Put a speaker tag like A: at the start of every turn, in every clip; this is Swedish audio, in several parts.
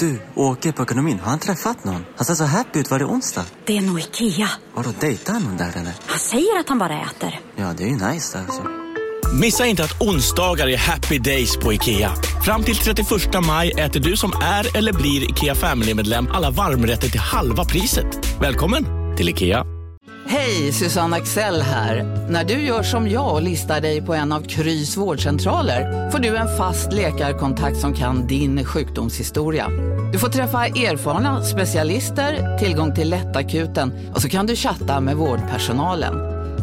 A: Du, åker på ekonomin. Har han träffat någon? Han ser så happy ut. Var det onsdag?
B: Det är nog Ikea.
A: Har du dejtat någon där eller?
B: Han säger att han bara äter.
A: Ja, det är ju nice alltså.
C: Missa inte att onsdagar är happy days på IKEA. Fram till 31 maj äter du som är eller blir IKEA Family-medlem alla varmrätter till halva priset. Välkommen till IKEA.
D: Hej, Susanne Axel här. När du gör som jag och listar dig på en av Krys vårdcentraler får du en fast läkarkontakt som kan din sjukdomshistoria. Du får träffa erfarna specialister, tillgång till lättakuten och så kan du chatta med vårdpersonalen.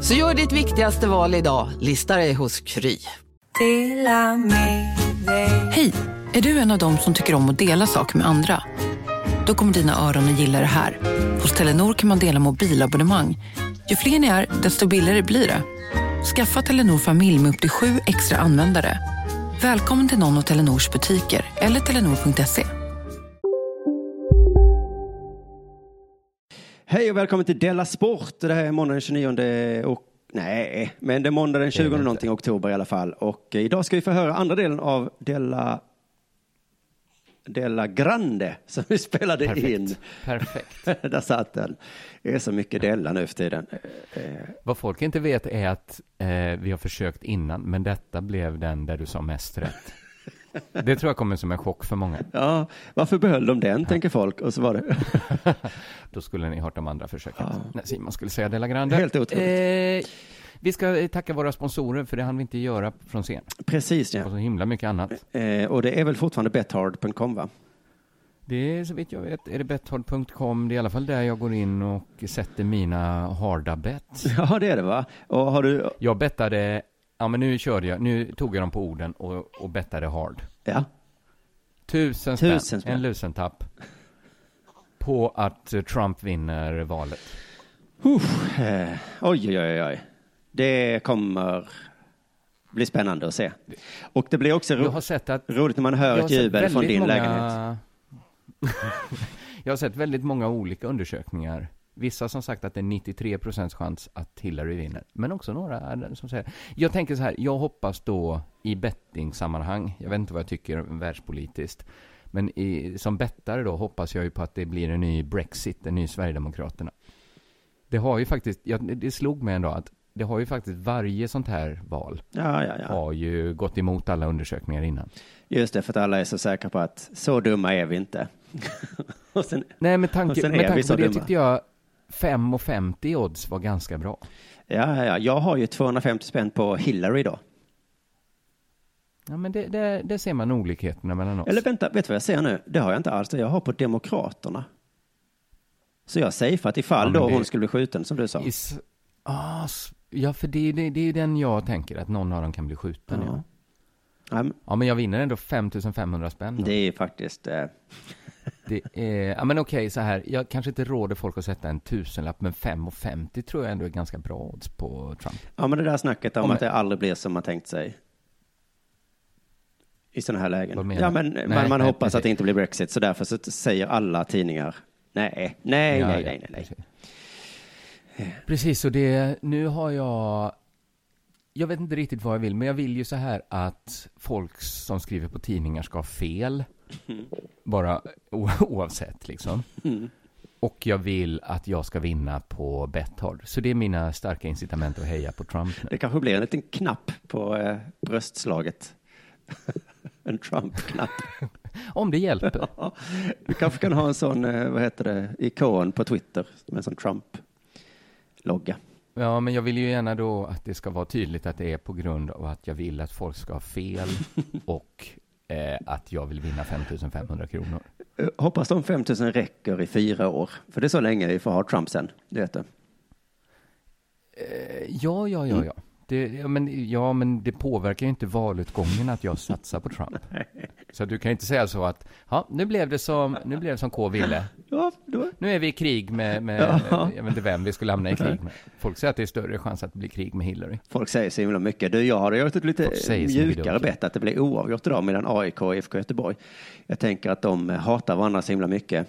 D: Så gör ditt viktigaste val idag, listar dig hos Kry.
E: Hej! Är du en av dem som tycker om att dela saker med andra? Då kommer dina öron att gilla det här. Hos Telenor kan man dela mobilabonnemang. Ju fler ni är, desto billigare blir det. Skaffa Telenor familj med upp till sju extra användare. Välkommen till någon av Telenors butiker eller telenor.se.
F: Hej och välkommen till Della Sport. Det här är måndagen den 29 och nej, men det är måndag den 20 någonting oktober i alla fall. Och eh, idag ska vi få höra andra delen av Della Della Grande som vi spelade in.
G: Perfekt.
F: Där satt den. Det är så mycket Della nu för tiden. Eh, eh,
G: Vad folk inte vet är att eh, vi har försökt innan, men detta blev den där du sa mest rätt. Det tror jag kommer som en chock för många.
F: Ja, varför behöll de den tänker folk och så var det
G: Då skulle ni hört de andra försöken. När Simon skulle säga Della Grande.
F: helt otroligt.
G: Eh, vi ska eh, tacka våra sponsorer, för det hann vi inte göra från scen.
F: Precis
G: Och
F: ja.
G: så himla mycket annat.
F: Eh, Och det är väl fortfarande bethard.com va?
G: Det är så vitt jag vet, är det betthard.com. Det är i alla fall där jag går in och sätter mina harda bett.
F: Ja det är det va? Och har du,
G: Jag bettade, ja men nu körde jag, nu tog jag dem på orden och, och bettade hard.
F: ja,
G: Tusen spänn,
F: Tusen spänn.
G: en lusentapp. På att eh, Trump vinner valet.
F: Uff, eh, oj, oj, oj, oj. Det kommer bli spännande att se. Och det blir också
G: Jag
F: ro-
G: har sett att...
F: roligt när man hör
G: jag
F: ett
G: sett
F: jubel från
G: väldigt
F: din
G: många-
F: lägenhet.
G: jag har sett väldigt många olika undersökningar. Vissa som sagt att det är 93 procents chans att Hillary vinner. Men också några är- som säger... Jag tänker så här, jag hoppas då i bettingsammanhang, jag vet inte vad jag tycker världspolitiskt, men i, som bettare då hoppas jag ju på att det blir en ny Brexit, en ny Sverigedemokraterna. Det har ju faktiskt, ja, det slog mig en dag att det har ju faktiskt varje sånt här val
F: Ja, ja, ja.
G: har ju gått emot alla undersökningar innan.
F: Just det, för att alla är så säkra på att så dumma är vi inte. och sen,
G: Nej, med
F: Och
G: tanke,
F: sen är
G: med
F: vi
G: tanke
F: så
G: på det
F: dumma.
G: tyckte jag 5,50 i odds var ganska bra.
F: ja, ja, ja, jag har ju 250 spänn på Hillary då.
G: Ja, men det, det, det ser man olikheterna mellan oss.
F: Eller vänta, vet du vad jag ser nu? Det har jag inte alls. Jag har på Demokraterna. Så jag säger för att ifall
G: Ja, men
F: då
G: det-
F: hon skulle bli skjuten, som du sa.
G: I s- ah, s- ja, för det, är ju det, det är ju den jag tänker, att någon av dem kan bli skjuten. Ja, ja.
F: Ja, men
G: men jag vinner ändå 5500 spänn. då.
F: det är faktiskt... Eh,
G: Det är, ja, men okej, så här, jag kanske inte råder folk att sätta en tusenlapp, men 5,50 tror jag ändå är ganska bra odds på Trump.
F: Ja, men det där snacket om
G: Om-
F: att det aldrig blir som man tänkt sig. I sådana här
G: Vad
F: lägen.
G: menar
F: Ja,
G: du?
F: men
G: Nej,
F: man, man
G: nej,
F: hoppas
G: precis.
F: att det inte blir Brexit, så därför så t- säger alla tidningar nej, nej,
G: Ja,
F: nej,
G: ja,
F: nej, nej, nej.
G: Precis. precis, och det, nu har jag, jag vet inte riktigt vad jag vill, men jag vill ju så här att folk som skriver på tidningar ska ha fel, bara o, oavsett liksom. Och jag vill att jag ska vinna på Betthard. Så det är mina starka incitament att heja på Trump nu.
F: Det kanske blir en liten knapp på eh, bröstslaget. en Trump-knapp.
G: Om det hjälper.
F: Ja, du kanske kan ha en sån, eh, vad heter det, ikon på Twitter med en sån Trump-logga.
G: Ja, men jag vill ju gärna då att det ska vara tydligt att det är på grund av att jag vill att folk ska ha fel och eh, att jag vill vinna 5500 kronor.
F: Eh, Hoppas de 5000 räcker i fyra år, för det är så länge vi får ha Trump sen, du vet det.
G: Eh, Ja, ja,
F: Mm.
G: ja, ja. Det, ja, men, ja, men det påverkar ju inte valutgången att jag satsar på Trump. Så du kan ju inte säga så att, ja, nu blev det som, nu blev det som K ville.
F: Ja, då,
G: Nu är vi i krig med, med
F: Ja.
G: jag vet inte vem vi skulle hamna i krig med. Folk säger att det är större chans att det blir krig med Hillary.
F: Folk säger så himla mycket. Du, jag hade gjort ett lite
G: Folk säger så mycket
F: mjukare
G: dumt.
F: bett att det blir oavgjort idag mellan AIK och IFK Göteborg. Jag tänker att de eh, hatar varandra så himla mycket.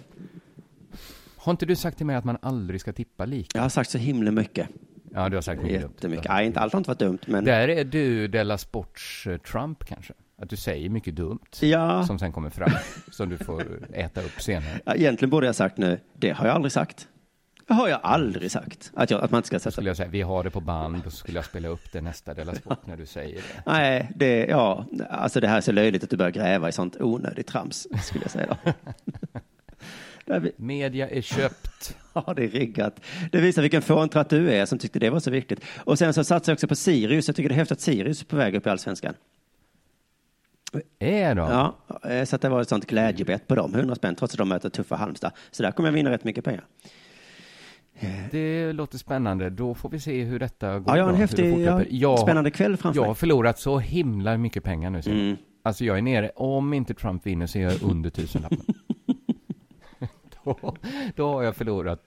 G: Har inte du sagt till mig att man aldrig ska tippa lika?
F: Jag har sagt så himla mycket.
G: Ja, du har sagt mycket dumt.
F: Jättemycket. Nej, inte allt har inte varit dumt, men
G: Där är du Della Sports eh, Trump kanske? Att du säger mycket dumt
F: Ja,
G: som sen kommer fram, som du får äta upp senare.
F: egentligen borde jag sagt nu, det har jag aldrig sagt. Det har jag aldrig sagt, att, jag, att man inte ska
G: Då
F: sätta
G: skulle jag säga, vi har det på band och så skulle jag spela upp det nästa Della Sport när du säger det.
F: Nej, det, ja, alltså det här är så löjligt att du börjar gräva i sånt onödigt trams, skulle jag säga då. Där vi,
G: Media är köpt.
F: ja, det är riggat. Det visar vilken fåntratt du är som tyckte det var så viktigt. Och sen så satsar jag också på Sirius. Jag tycker det är häftigt att Sirius är på väg upp i allsvenskan.
G: Är då?
F: Ja, eh, så att det var ett sånt glädjebett på dem, 100 spänn, trots att de möter tuffa Halmstad. Så där kommer jag vinna rätt mycket pengar.
G: Det låter spännande. Då får vi se hur detta går.
F: Eh. Ja, jag har
G: då, hur
F: en
G: det
F: häftig, ja,
G: fortlöper. Jag-
F: spännande kväll framför
G: Jag har
F: mig.
G: förlorat så himla mycket pengar nu. Simon.
F: Mm.
G: Alltså jag är nere, om inte Trump vinner så är jag under tusenlappen. då, då har jag förlorat.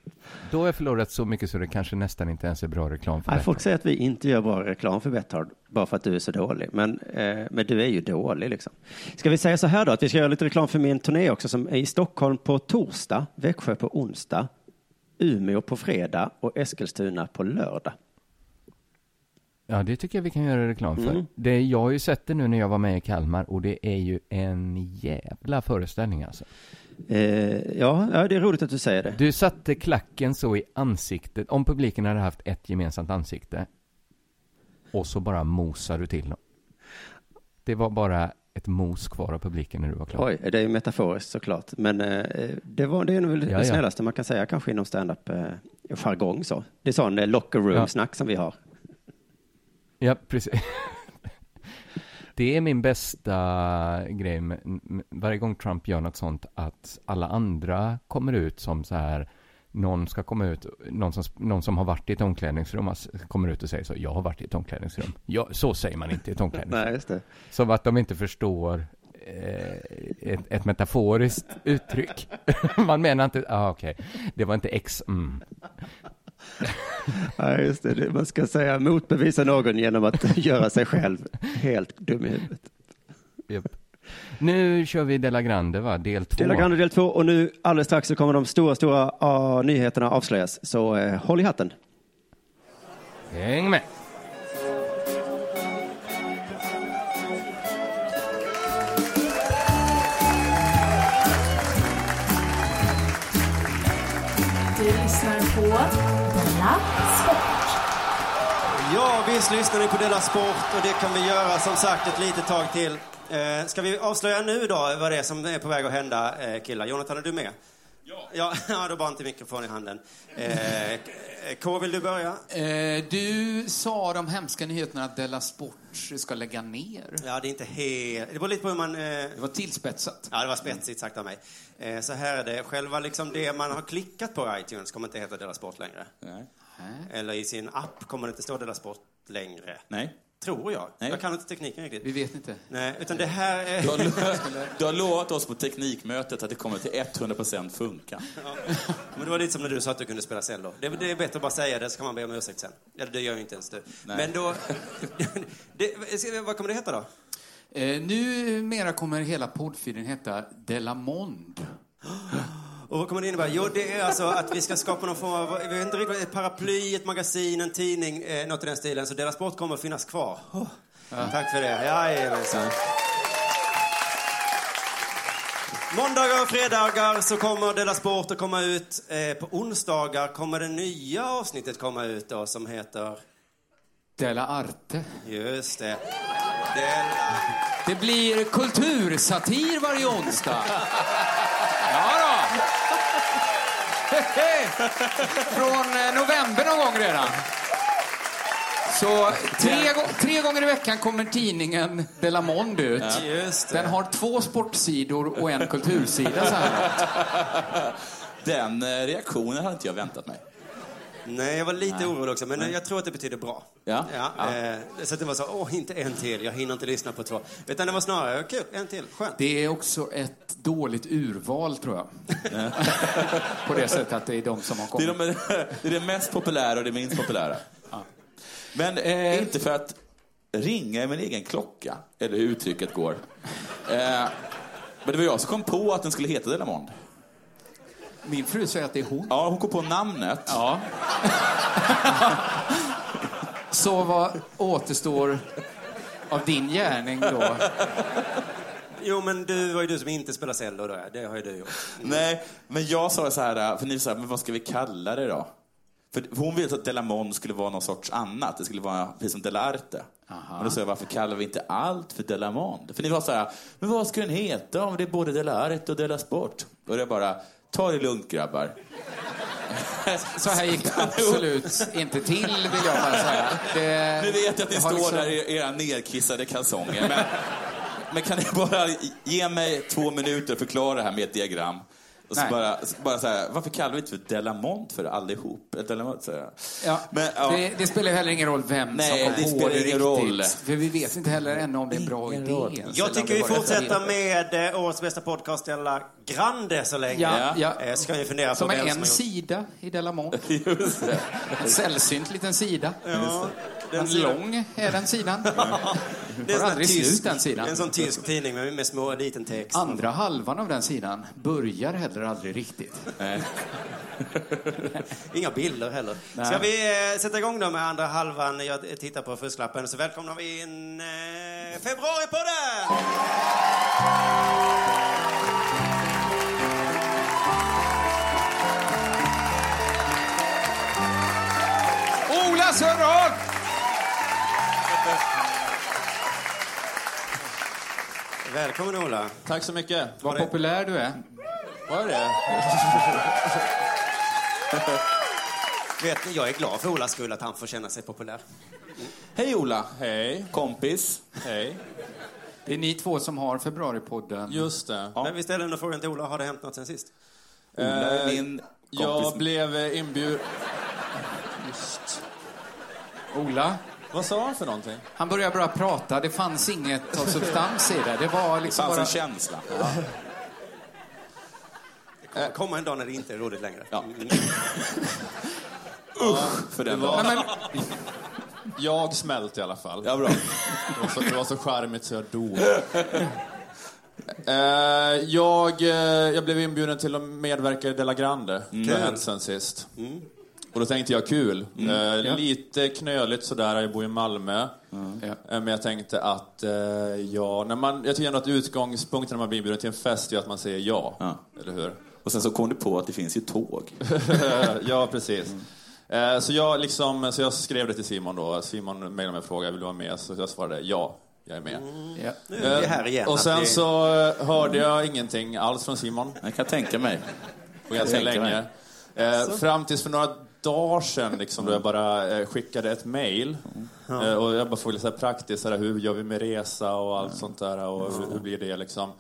G: Då har jag förlorat så mycket så det kanske nästan inte ens är bra reklam för
F: Nej,
G: det.
F: folk säger att vi inte gör bra reklam för Betthard bara för att du är så dålig. Men, eh, men du är ju dålig liksom. Ska vi säga så här då, att vi ska göra lite reklam för min turné också som är i Stockholm på torsdag, Växjö på onsdag, Umeå på fredag och Eskilstuna på lördag.
G: Ja, det tycker jag vi kan göra reklam för.
F: Mm.
G: Det, jag har ju sett det nu när jag var med i Kalmar och det är ju en jävla föreställning alltså.
F: Eh, ja, ja, det är roligt att du säger det.
G: Du satte klacken så i ansiktet, om publiken hade haft ett gemensamt ansikte och så bara mosade du till dem. Det var bara ett mos kvar av publiken när du var klar.
F: Oj, det är ju metaforiskt såklart, men eh, det, var, det är nog väl
G: Ja, ja.
F: det snällaste man kan säga kanske inom standup-jargong så. Det är sån eh, locker room-snack som vi har.
G: Ja, precis. Det är min bästa grej med, med- varje gång Trump gör något sånt att alla andra kommer ut som så här någon ska komma ut, någon som, någon som har varit i ett omklädningsrum ass- kommer ut och säger så, jag har varit i ett omklädningsrum. Ja, så säger man inte i ett omklädningsrum.
F: Nej, just det.
G: Som att de inte förstår eh, ett, ett metaforiskt uttryck. Man menar inte, ah, okej, det var inte X, mm.
F: Ja, just det. det. Man ska säga motbevisa någon genom att göra sig själv helt dum i huvudet.
G: Japp. Nu kör vi Della Grande va, del två.
F: Del Grande del två och nu alldeles strax så kommer de stora, stora ah, nyheterna avslöjas. Så eh, håll i hatten.
G: Häng med!
F: Ja, visst lyssnar ni på Della Sport och det kan vi göra som sagt ett litet tag till. Eh, ska vi avslöja nu då vad det är som är på väg att hända eh, killar? Jonathan, är du med? Ja. Ja, då bara inte mikrofon i handen. Eh, K, vill du börja?
H: Eh, du sa de hemska nyheterna att Della Sport ska lägga ner.
F: Ja, det är inte helt... Det beror lite på hur man... eh,
H: Det var tillspetsat.
F: Ja, det var spetsigt sagt av mig. Eh, så här är det, själva liksom det man har klickat på i iTunes kommer inte heta Dela Sport längre. Eller i sin app kommer det inte stå Dela Sport längre.
I: Nej,
F: Tror jag. Jag kan inte tekniken riktigt.
H: Vi vet inte.
F: Nej, utan det här är...
I: du har, du har lovat oss på teknikmötet att det kommer till 100% funka.
F: Ja. Men det var lite som när du sa att du kunde spela cello. Det, det är bättre att bara säga det så kan man be om ursäkt sen. Eller det gör ju inte ens du. Men då... det, ska vi- vad kommer det heta då?
H: Eh, numera kommer hela poddfeeden heta Della Mond.
F: Och vad kommer det innebära? Jo, det är alltså att vi ska skapa någon form av, vi vet inte riktigt, ett paraply, ett magasin, en tidning, eh, något i den stilen. Så deras sport kommer att finnas kvar. Oh. Tack för det. Jajamensan. Måndagar och fredagar så kommer Della Sport att komma ut. Eh, på onsdagar kommer det nya avsnittet komma ut då, som heter...
H: Della Arte.
F: Just det. Della...
H: Det blir kultursatir varje onsdag. Ja då. Hehe. Från eh, november någon gång redan. Så tre, gå- tre gånger i veckan kommer tidningen Della Mond ut.
F: Just det.
H: Den har två sportsidor och en kultursida så här långt.
I: Den eh, reaktionen hade inte jag väntat mig.
F: Nej, jag var lite orolig också, men jag tror att det betyder bra.
I: Ja.
F: Eh, så att det var så, åh, inte en till, jag hinner inte lyssna på två. Utan det var snarare, kul, en till, skönt.
H: Det är också ett dåligt urval tror jag. På det sättet att det är de som har
I: Det är,
H: kommit.
I: de, det är det mest populära och det minst populära. Men eh, inte för att ringa i min egen klocka, eller hur uttrycket går. Eh, men det var jag som kom på att den skulle heta Delamond.
H: Min fru säger att det är hon.
I: Ja, hon kom på namnet.
H: Ja. Så vad återstår av din gärning då.
F: Jo, men du var ju du som inte spelar cello då. Det har ju du gjort.
I: Nej, men jag sa så här, för ni sa, men vad ska vi kalla det då? För hon ville så att Delamon skulle vara någon sorts annat. Det skulle vara precis som Delarte. Men då sa jag, varför kallar vi inte allt för Delamond? För ni var så här, men vad ska den heta om det är både Delarte och Delasport? Och det bara, ta det lugnt grabbar.
H: Så här gick det absolut inte till, vill jag bara säga. Det,
I: Nu vet jag att ni
H: har
I: står
H: liksom-
I: där i era nedkissade kalsonger. Men, men kan ni bara ge mig två minuter och förklara det här med ett diagram? Och så
H: Nej.
I: bara, så bara så här, varför kallar vi inte för Delamont för allihop? Eh, Delamont, säger jag.
H: Ja,
I: Men, ja.
H: Det, det spelar ju heller ingen roll vem
I: Nej,
H: som kom
I: det
H: på
I: spelar ingen
H: riktigt.
I: roll.
H: För vi vet inte heller ännu om det är en bra idé. ens, eller
F: Jag
H: om
F: tycker
H: det
F: vi
H: var rätt
F: fortsätter
H: idé.
F: med eh, årets bästa podcast, Della Grande, så länge.
H: Ja, ja.
F: Eh, Ska vi fundera på
H: Som
F: vem
H: är en
F: som
H: sida i Delamont.
I: Just det.
H: En sällsynt liten sida.
F: har gjort- Ja,
H: Den
F: sidan-
H: lång är den sidan.
F: Det är
H: Har
F: en sån
H: aldrig
F: tysk-
H: slut, den sidan.
F: En sån tysk tidning med, med små, liten text.
H: Andra halvan av den sidan börjar heller aldrig riktigt.
F: Inga bilder heller. Ska vi eh, sätta igång då med andra halvan? Jag tittar på fusklappen. Så välkomnar vi in eh, Februaripodden!
H: Ola Sörhag!
F: Välkommen Ola.
I: Tack så mycket.
H: Vad populär du är.
I: Var det?
F: Vet ni, jag är glad för Olas skull att han får känna sig populär.
I: Hej Ola. Hej. Kompis. Hej.
H: Det är ni två som har Februaripodden.
J: Just det.
F: Men vi Eh, ställer ändå frågan till Ola, har det hänt något sen sist?
I: Ola är min kompis.
J: Eh, Jag blev eh, inbjuden...
H: Ola,
J: Vad sa han för någonting?
H: han började bara prata. Det fanns inget av substans i det. Det var
I: Det
H: liksom
I: fanns
H: bara...
I: en känsla.
H: Eh,
F: Kommer komma en dag när det inte är roligt längre.
I: Ja.
F: Mm.
I: För den dagen.
H: Nej, men,
J: Jag smälte i alla fall.
I: Ja, bra.
J: Det, var så, det var så charmigt så jag dog. Eh, jag, eh, jag blev inbjuden till att medverka i Della Grande.
I: Mm.
J: Det har hänt sen sist. Och då tänkte jag, kul.
I: Mm.
J: Eh, Lite knöligt sådär, jag bor i Malmö.
H: Ja.
J: Eh, Men jag tänkte att, eh, ja, när man, jag tycker ändå att utgångspunkten när man blir inbjuden till en fest är att man säger ja.
I: Ja.
J: Eller hur?
I: Och sen så kom du på att det finns ju tåg.
J: ja, precis. Eh, Så jag, liksom, så jag skrev det till Simon då. Simon mejlade mig och frågade vill du vara med. Så jag svarade ja, jag är med.
I: Mm.
H: ja.
F: Nu är vi här igen.
J: och
F: Att
J: sen
F: vi-
J: så eh, hörde jag ingenting alls från Simon
I: Jag kan tänka mig.
J: på ganska
I: Jag tänker
J: länge. Eh, Fram tills för några dagar sedan liksom, då jag bara eh, skickade ett mejl. Eh, och jag bara frågade lite så här praktiskt, så här, hur gör vi med resa och allt sånt där. Och hur, hur blir det liksom?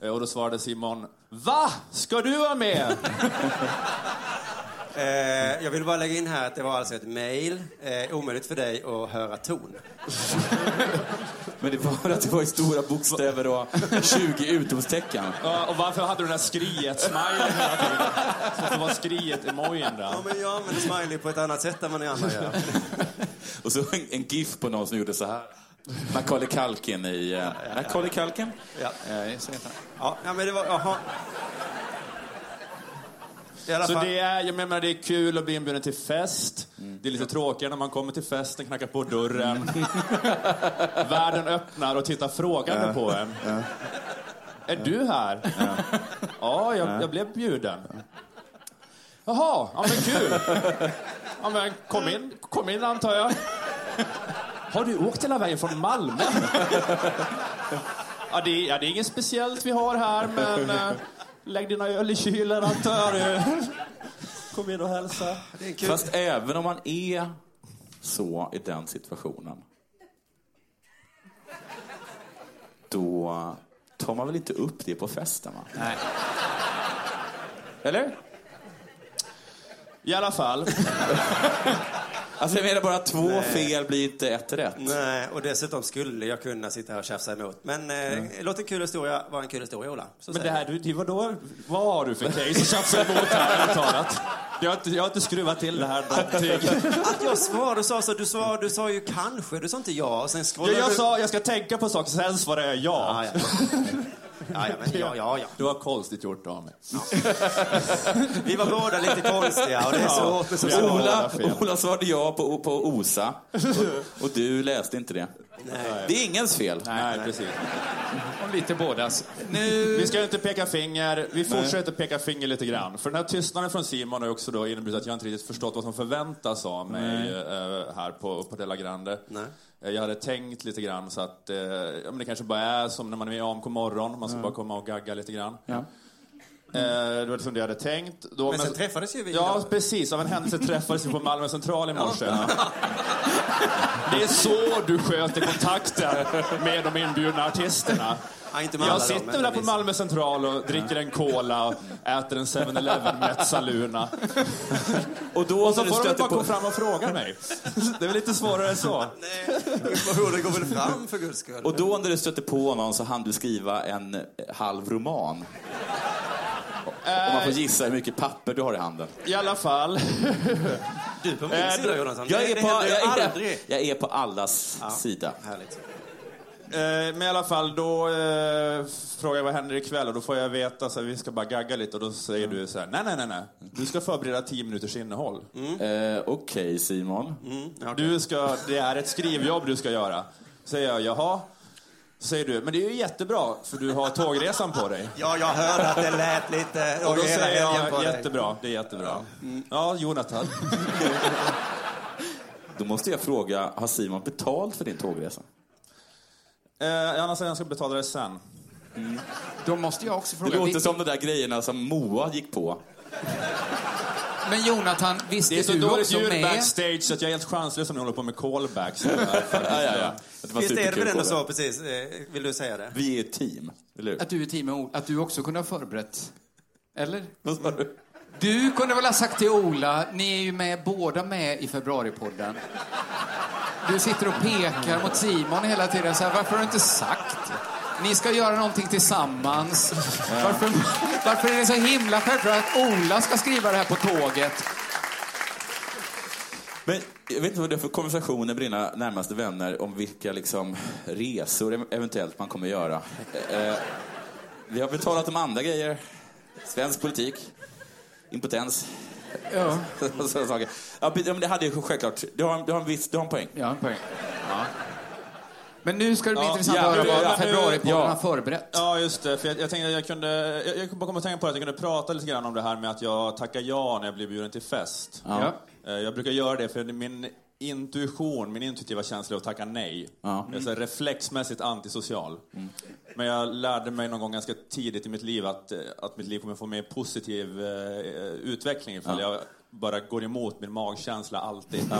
J: Eh, Och då svarade Simon, VA? Ska du vara med?
F: Eh, jag vill bara lägga in här att det var alltså ett mejl. Eh, omöjligt för dig att höra ton.
I: Men det var att det var i stora bokstäver och 20 utropstecken.
J: Ja, och varför hade du den där skriet-smilen hela tiden? Så att det var skriet-emojin där.
F: Ja, men jag använder smiley på ett annat sätt än vad ni andra gör.
I: Och så en, en GIF på någon som gjorde så här. Macaulay Culkin i... eh, Macaulay Culkin?
F: Ja,
H: Ja, just det.
F: ja ja, men det var... Jaha. I alla
J: Så
F: fall.
J: det är, jag menar, det är kul att bli inbjuden till fest. Det är lite tråkigare när man kommer till festen, knackar på dörren. Världen öppnar och tittar frågande på en. Är du här? Ja, jag, jag blev bjuden. Jaha, ja men kul. Ja men kom in, kom in antar jag. Har du åkt hela vägen från Malmö? Ja det, är- ja, det är inget speciellt vi har här men eh, lägg dina öl i kylen antar jag. Kom in och hälsa.
I: Fast även om man är så i den situationen. Då tar man väl inte upp det på festen va? Nej. Eller?
J: I alla fall.
I: Alltså jag menar bara två fel blir inte ett rätt.
F: Nej, och dessutom skulle jag kunna sitta här och tjafsa emot. Men eh, låt en kul historia vara en kul historia, Ola. Så
J: Mm. Men
F: säger
J: det
F: jag.
J: här, du, det var då, vad har du för case att tjafsa emot här antalet? Jag har, inte, jag har inte skruvat till det här någonting.
F: Att jag svarade, du sa så, du sa, du sa ju kanske, du sa inte ja. Och sen
J: Jag,
F: scrollade
J: jag
F: du...
J: sa jag ska tänka på saker, sen svarade jag ja.
F: Ja, ja. Ja, ja, men ja, ja, ja.
J: Det var konstigt gjort av mig.
F: Vi var båda lite konstiga och det är så hårt med
J: Ja.
F: sociala...
I: Ola,
J: fel.
I: Ola svarade ja på, på OSA och, och du läste inte det. Det är ingens fel.
J: Nej, precis.
H: Och lite bådas. Nu...
J: Vi ska ju inte peka finger. Vi fortsätter peka finger lite grann. För den här tystnaden från Simon har ju också då inneburit att jag inte riktigt förstått vad som förväntas av mig eh, här på, på Della Grande. Eh, Jag hade tänkt lite grann så att eh, ja, men det kanske bara är som när man är med i AMK morgon. Man ska bara komma och gagga lite grann. Eh, det var liksom det jag hade tänkt. Då,
K: Men sen träffades ju vi
J: Ja,
K: idag.
J: precis. Av en händelse träffades vi på Malmö central i morse. Det är så du sköter kontakten med de inbjudna artisterna.
K: Ja, inte med alla
J: Jag
K: dem,
J: sitter
K: men
J: väl här på
K: vissa.
J: Malmö central och dricker en cola och äter en 7-Eleven Mezzaluna.
I: Och då
J: Och så
I: när du
J: får de väl
I: stöter
J: bara
I: på...
J: komma fram och fråga mig. Det är väl lite svårare än så.
K: Nej, det går väl fram för guds skull.
I: Och då när du stötte på någon så hann du skriva en eh, halv roman. Om man får gissa hur mycket papper du har i handen. Eh,
J: I alla fall.
K: Du är på min sida, Jonathan.
I: Jag
K: Det-
I: är
K: det
I: på,
K: händer ju
I: jag är,
K: aldrig.
I: jag är på allas sida.
K: Härligt.
J: Eh, Men i alla fall, då eh, frågar jag vad händer ikväll och då får jag veta så här, vi ska bara gagga lite och då säger du så här, nej, nej, nej, nej. Du ska förbereda 10 minuters innehåll.
I: Eh, Okej, Simon.
K: Mm.
J: Du ska, det är ett skrivjobb du ska göra. Säger jag, jaha? Så säger du, men det är ju jättebra för du har tågresan på dig.
K: Ja, jag hörde att det lät lite...
J: Och då
K: hela
J: säger
K: helgen på
J: jag,
K: dig.
J: jättebra, det är jättebra. Mm. Ja, Jonathan.
I: Då måste jag fråga, har Simon betalt för din tågresa?
J: Eh, annars säger jag ska betala det sen.
K: Mm.
H: Då måste jag också
I: Det
H: fråga.
I: låter
H: vi-
I: som de där grejerna som Moa gick på.
H: Men Jonathan, visste
J: Det är så
H: du
J: dåligt
H: också
J: ljud
H: med?
J: backstage så att jag är helt chanslös om ni håller på med callbacks. Det är
I: ja, ja, ja. Det var
K: Visst är det
I: superkul
K: väl ändå
I: på det.
K: så, precis? Eh, Vill du säga det?
I: Vi är ett
J: typ-
I: team, eller hur?
H: Att du är team med Ola, att du också kunde ha förberett? Eller?
I: Vad sa du?
H: Du kunde väl ha sagt till Ola, ni är ju med, båda med i februaripodden. Du sitter och pekar mot Simon hela tiden så här, varför har du inte sagt? Ni ska göra någonting tillsammans. Varför, varför är det så himla självklart att Ola ska skriva det här på tåget?
I: Men jag vet inte vad det är för konversationer med dina närmaste vänner om vilka liksom, resor ev- eventuellt man kommer göra. Eh, vi har betalat om andra grejer. Svensk politik. Impotens.
H: Ja,
I: Sådana saker. Ja, men det hade jag självklart. Du har, du har, en, viss, du har en poäng.
H: ja en poäng. Men nu ska det bli
J: Ja,
H: intressant
I: ja,
H: att höra
I: nu-
H: vad
I: ja, nu-
H: februaripodden
I: ja.
H: har förberett.
J: Ja, just det. För jag, jag tänkte att jag kunde... Jag, jag kom att tänka på att jag kunde prata lite grann om det här med att jag tackar ja när jag blir bjuden till fest.
H: Ja.
J: Eh, Jag brukar göra det för min intuition, min intuitiva känsla är att tacka nej.
I: Ja.
J: Jag är så här reflexmässigt antisocial.
H: Mm.
J: Men jag lärde mig någon gång ganska tidigt i mitt liv att, eh, att mitt liv kommer få mer positiv eh, utveckling ifall jag bara går emot min magkänsla alltid.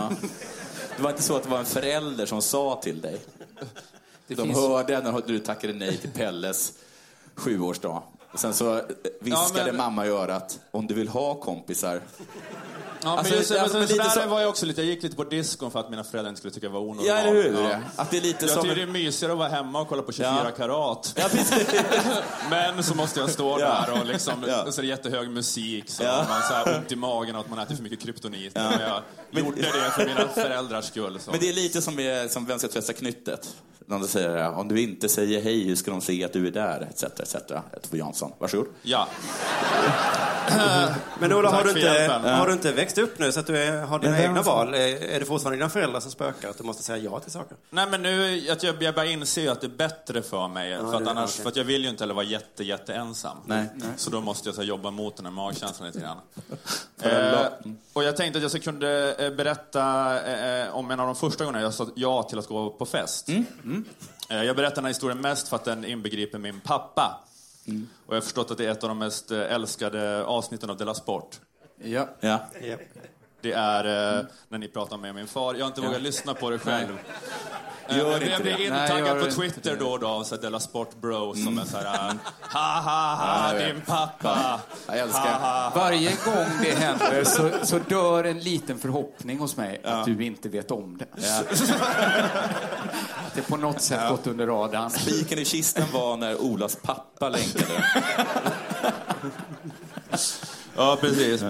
I: Det var inte så att det var en förälder som sa till dig. De
H: finns-
I: hörde när du tackade nej till Pelles sjuårsdag. Och sen så eh, viskade
J: Ja, men-
I: mamma i örat, om du vill ha kompisar.
J: Ja, men
I: Alltså,
J: just,
I: det-
J: men
I: alltså,
J: så-
I: men
J: så
I: lite
J: där
I: så-
J: var jag också lite, jag gick lite på diskon för att mina föräldrar inte skulle tycka jag var onormal.
I: Ja, eller hur?
J: Ja.
I: Att det är lite
J: Jag
I: som...
J: tycker det är mysigare att vara hemma och kolla på 24
I: Ja.
J: karat.
I: Ja, precis.
J: Men så måste jag stå
I: Ja.
J: där och liksom,
I: Ja.
J: så är det jättehög musik, så
I: Ja.
J: har man så här ont i magen och att man äter för mycket kryptonit. Men jag gjorde det för mina föräldrars skull. Så.
I: Men det är lite som, med, som Vem ska tvätta knyttet? När de säger ja, om du inte säger hej, hur ska de se att du är där? Etc, etc. Tove Jansson. Varsågod.
J: Ja.
K: Men Ola, har
J: Tack
K: du,
J: för
K: inte,
J: hjälpen.
K: har du inte växt upp nu så att du är, har
I: Ja,
K: dina
I: det
K: egna
I: har jag.
K: val? Eh, Är det fortfarande dina föräldrar som spökar? Att du måste säga ja till saker?
J: Nej men nu, att jag, jag bara inser ju att det är bättre för mig. för, att
K: det-
J: annars,
K: okej.
J: för att jag vill ju inte heller vara jätte, jätte ensam. Mm.
I: Nej.
J: Så då måste jag så här, jobba mot den här magkänslan lite grann.
I: Föräldrar.
J: eh, och jag tänkte att jag så kunde eh, berätta eh, eh, om en av de första gångerna jag sa ja till att gå på fest. Eh, jag berättar den här historien mest för att den inbegriper min pappa. Och jag har förstått att det är ett av de mest eh, älskade avsnitten av Della Sport.
H: Ja.
I: Ja.
K: Japp.
J: Det är eh, när ni pratar med min far. Jag har inte vågat lyssna på det själv. Eh,
I: Gör
J: men
I: inte
J: jag blir
I: det.
H: Nej, gör
J: intaggad på
H: inte
J: Twitter då och då av så här Della Sport Bro som är så här... eh, Ha, ha, ha,
I: Ja, jag
J: din
I: vet.
J: pappa.
I: Jag älskar.
H: Varje gång det händer så, så dör en liten förhoppning hos mig att du inte vet om det. att det på något sätt gått under radarn.
I: Spiken i kistan var när Olas pappa länkade.
J: Ja, precis.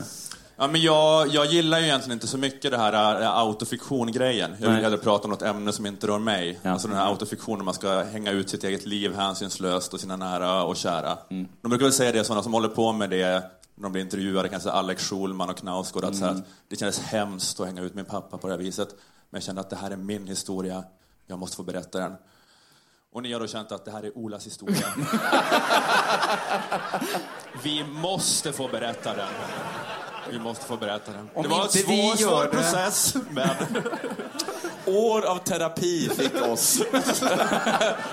J: Ja, men jag, jag gillar ju egentligen inte så mycket det här eh, autofiktion-grejen. Jag vill
I: Nej.
J: hellre prata om något ämne som inte rör mig.
I: Ja.
J: Alltså den här autofiktionen, man ska hänga ut sitt eget liv hänsynslöst och sina nära och kära.
I: Mm.
J: De brukar väl säga det, sådana som håller på med det, när de blir intervjuade, kanske Alex Schulman och Knausgård,
I: Mm.
J: att, så här, att det kändes hemskt att hänga ut min pappa på det här viset. Men jag kände att det här är min historia. Jag måste få berätta den. Och ni har då känt att det här är Olas historia. Vi måste få berätta den. Vi måste få berätta den.
I: Om
J: det var en
I: inte vi
J: svår,
I: gör
J: svår
I: det.
J: process, men...
I: År av terapi fick oss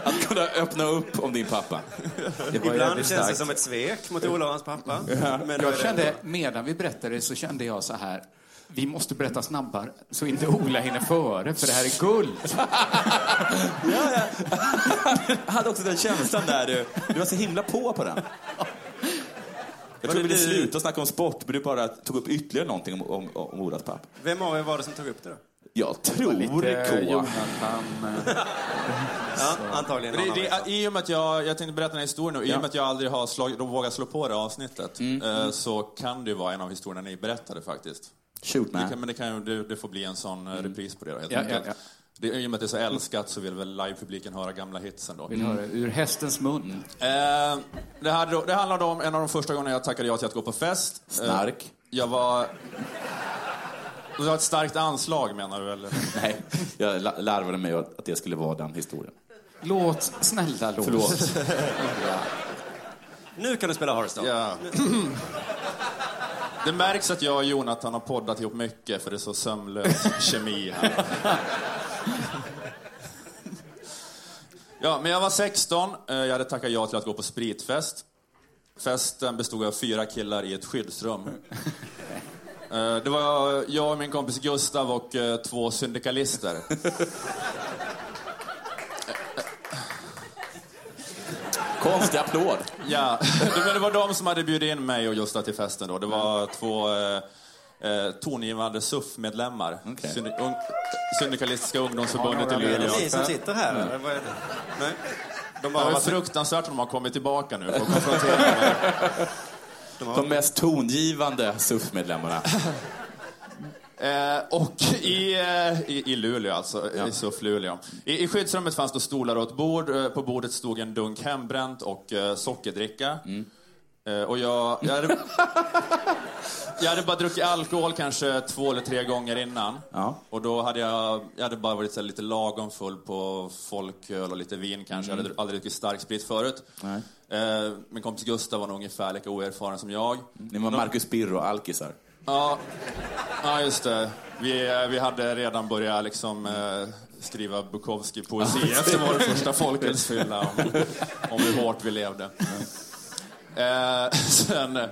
I: att kunna öppna upp om din pappa. Det var
K: Ibland känns
I: jävligt starkt.
K: det som ett svek mot Ola och hans pappa. Men eh, då är
H: Jag
K: det-
H: kände, medan vi berättade så kände jag så här. Vi måste berätta snabbare så inte Ola hinner före, för det här är guld.
I: Jag hade också den känslan där. Du, du var så himla på på den. Jag trodde vi ville sluta snacka om sport, men du bara tog upp ytterligare någonting om, om, om Olas pappa.
K: Vem av er var det som tog upp det då?
I: Jag tror
H: Lite
I: K.
H: Jonathan, eh,
K: Ja, antagligen någon
J: Det,
K: av er.
J: det, I och med att jag, jag tänkte berätta den här historien nu, i
I: Ja. Mm,
J: och med att jag aldrig har slagit, de vågar slå på det avsnittet, eh, så kan det ju vara en av historierna ni berättade faktiskt.
I: Shoot
J: Det, kan,
I: man.
J: men det, kan, ju- det, det får bli en sån
I: Mm.
J: eh, repris på det då, helt
H: Ja, ja,
J: enkelt.
H: ja.
J: Det, I och med att det är så älskat så vill väl livepubliken höra gamla hitsen då.
H: vill höra ur hästens mun.
J: Eh, det, här, då- det handlade om en av de första gångerna jag tackade ja till att gå på fest. Eh,
I: Snark.
J: jag var... Du har ett starkt anslag menar du eller?
I: Nej, jag la- larvade mig att det skulle vara den historien.
H: Låt, snälla låt.
I: Förlåt.
K: Nu kan du spela Hearthstone.
J: Ja. Det märks att jag och Jonathan har poddat ihop mycket för det är så sömlös kemi här. Ja, men jag var 16. eh, Jag hade tackat ja till att gå på spritfest. Festen bestod av fyra killar i ett skyddsrum. Eh, Det var jag och min kompis Gustav och eh, två syndikalister.
I: Konstig applåd.
J: Ja, det- men det var de som hade bjudit in mig och Gösta till festen då. Det var två eh, eh, tongivande SUF-medlemmar.
I: Okej.
J: Syndi- un- Syndikalistiska ungdomsförbundet i
H: Har några
J: Luleå.
K: Är det ni som sitter här?
I: Mm.
J: Mm.
K: eller vad är det? Nej. De, bara
J: Det var
K: har
J: ju
K: varit,
J: fruktansvärt om de har kommit tillbaka nu för att konfrontera mig.
I: De mest tongivande SUF-medlemmarna.
J: Eh, och i, eh, i, i Luleå alltså,
I: Ja.
J: i SUF Luleå. I, I skyddsrummet fanns då stolar och ett bord. Eh, På bordet stod en dunk hembränt och eh, sockerdricka.
I: Mm.
J: Eh, och jag, jag, hade, jag hade bara druckit alkohol kanske två eller tre gånger innan.
I: Ja.
J: Och då hade jag, jag hade bara varit så här, lite lagom full på folköl och lite vin kanske. Jag hade aldrig druckit starksprit förut.
I: Nej.
J: Eh, min kompis Gustav var nog ungefär lika oerfaren som jag.
I: Ni var Marcus Birro, alkisar.
J: Ja, ja just det. Vi, eh, vi hade redan börjat liksom, eh, skriva Bukowski-poesi efter vår första folkölsfylla om, om hur hårt vi levde. Eh, sen, eh,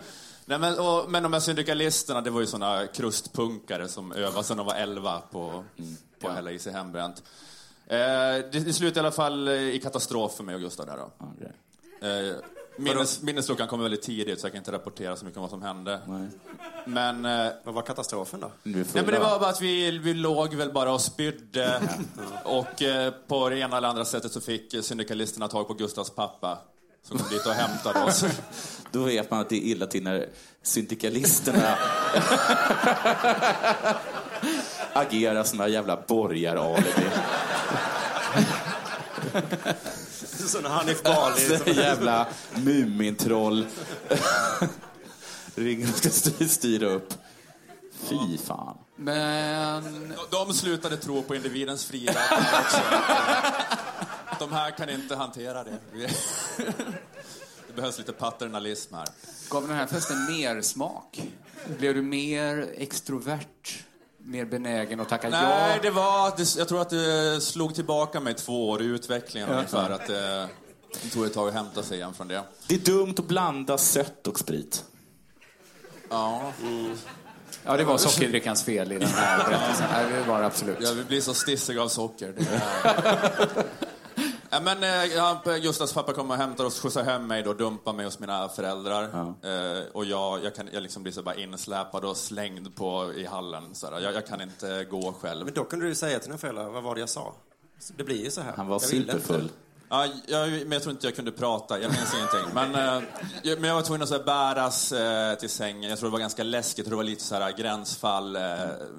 J: nej men, och, men de här syndikalisterna, det var ju såna krustpunkare som övade sedan de var elva på, på att hälla i sig hembränt. Eh, det, det slutade i alla fall eh, i katastrof för mig och Gustav där då.
I: Okej.
J: Eh, minnes, minnesluckan kom väldigt tidigt så jag kan inte rapportera så mycket om vad som hände.
I: Nej.
J: Men eh,
K: vad var katastrofen då?
I: Nu är
J: Nej, men det
I: fulla.
J: var bara att vi, vi låg väl bara och spydde. och eh, på det ena eller andra sättet så fick eh, syndikalisterna tag på Gustavs pappa. Som kom dit och hämtade oss.
I: Då vet man att det är illa till när syndikalisterna agerar som några jävla borgaralibi.
K: Sån Hanif Bali.
I: Alltså,
K: som-
I: jävla Mumintroll. Ringer och ska styr- styra upp. Fy fan.
H: Men...
J: De slutade tro på individens frihet också. De här kan inte hantera det. Det behövs lite paternalism här.
H: Gav den här festen mer smak? Blev du mer extrovert? Mer benägen att tacka
J: Nej,
H: ja?
J: det var, det, jag tror att det slog tillbaka mig två år i utvecklingen ungefär. Att, eh, det tog ett tag att hämta sig igen från det.
I: Det är dumt att blanda sött och sprit.
J: Ja.
H: Mm. Ja, det var sockerdrickans fel i den här berättelsen. Nej, det var det absolut.
J: Jag vill bli så stissig av socker. Det är... ja, men, eh, han- Gustavs pappa kommer och hämtar oss, skjutsar hem mig och dumpar mig hos mina föräldrar. Eh, och jag, jag, kan, jag liksom blir så bara insläpad och slängd på, i hallen. Så här. Jag, jag kan inte gå själv.
K: Men då kunde du säga till dina föräldrar, vad var det jag sa? Så Det blir ju så här.
I: Han var
K: Jag ville inte.
I: superfull.
J: Ja, jag, men jag tror inte jag kunde prata, jag minns ingenting. Men, eh, jag, men jag var tvungen att så här, bäras eh, till sängen. Jag tror det var ganska läskigt, jag tror det var lite så här gränsfall. Eh,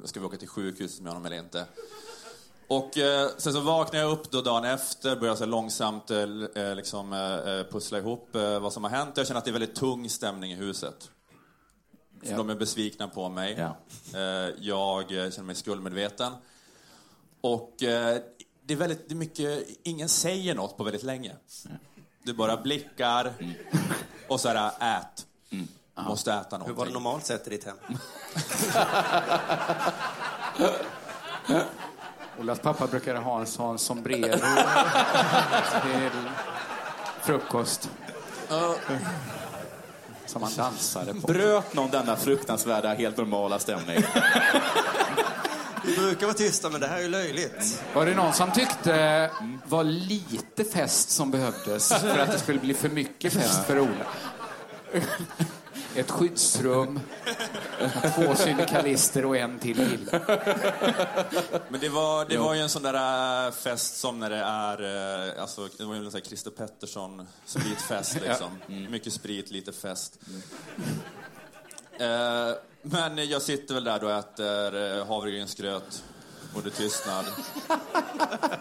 J: ska vi åka till sjukhuset med honom eller inte? Och eh, sen så vaknade jag upp då dagen efter, började så här långsamt eh, l- eh, liksom, eh, eh, pussla ihop eh, vad som har hänt. Jag känner att det är väldigt tung stämning i huset. För
H: Ja.
J: De är besvikna på mig.
I: Ja.
J: Eh, jag eh, känner mig skuldmedveten. Och eh, det är väldigt det är mycket, ingen säger något på väldigt länge. Du bara blickar och så här, ät. Måste äta någonting.
K: Hur var det normalt sett i ditt hem?
H: Olas pappa brukade ha en sån sombrero till frukost. Som han dansade på.
I: Bröt någon denna fruktansvärda, helt normala stämning?
K: Vi brukar vara tysta, men det här är ju löjligt.
H: Var det någon som tyckte var lite fest som behövdes för att det skulle bli för mycket fest för Ola? Ett skyddsrum, två syndikalister och en till kille.
J: Men det var, det var ju en sån där äh, fest som när det är, äh, alltså det var ju en sån här Christer Pettersson spritfest liksom.
I: Mm.
J: Mycket sprit, lite fest. Eh, men jag sitter väl där då och äter eh, havregrynsgröt och det tystnad.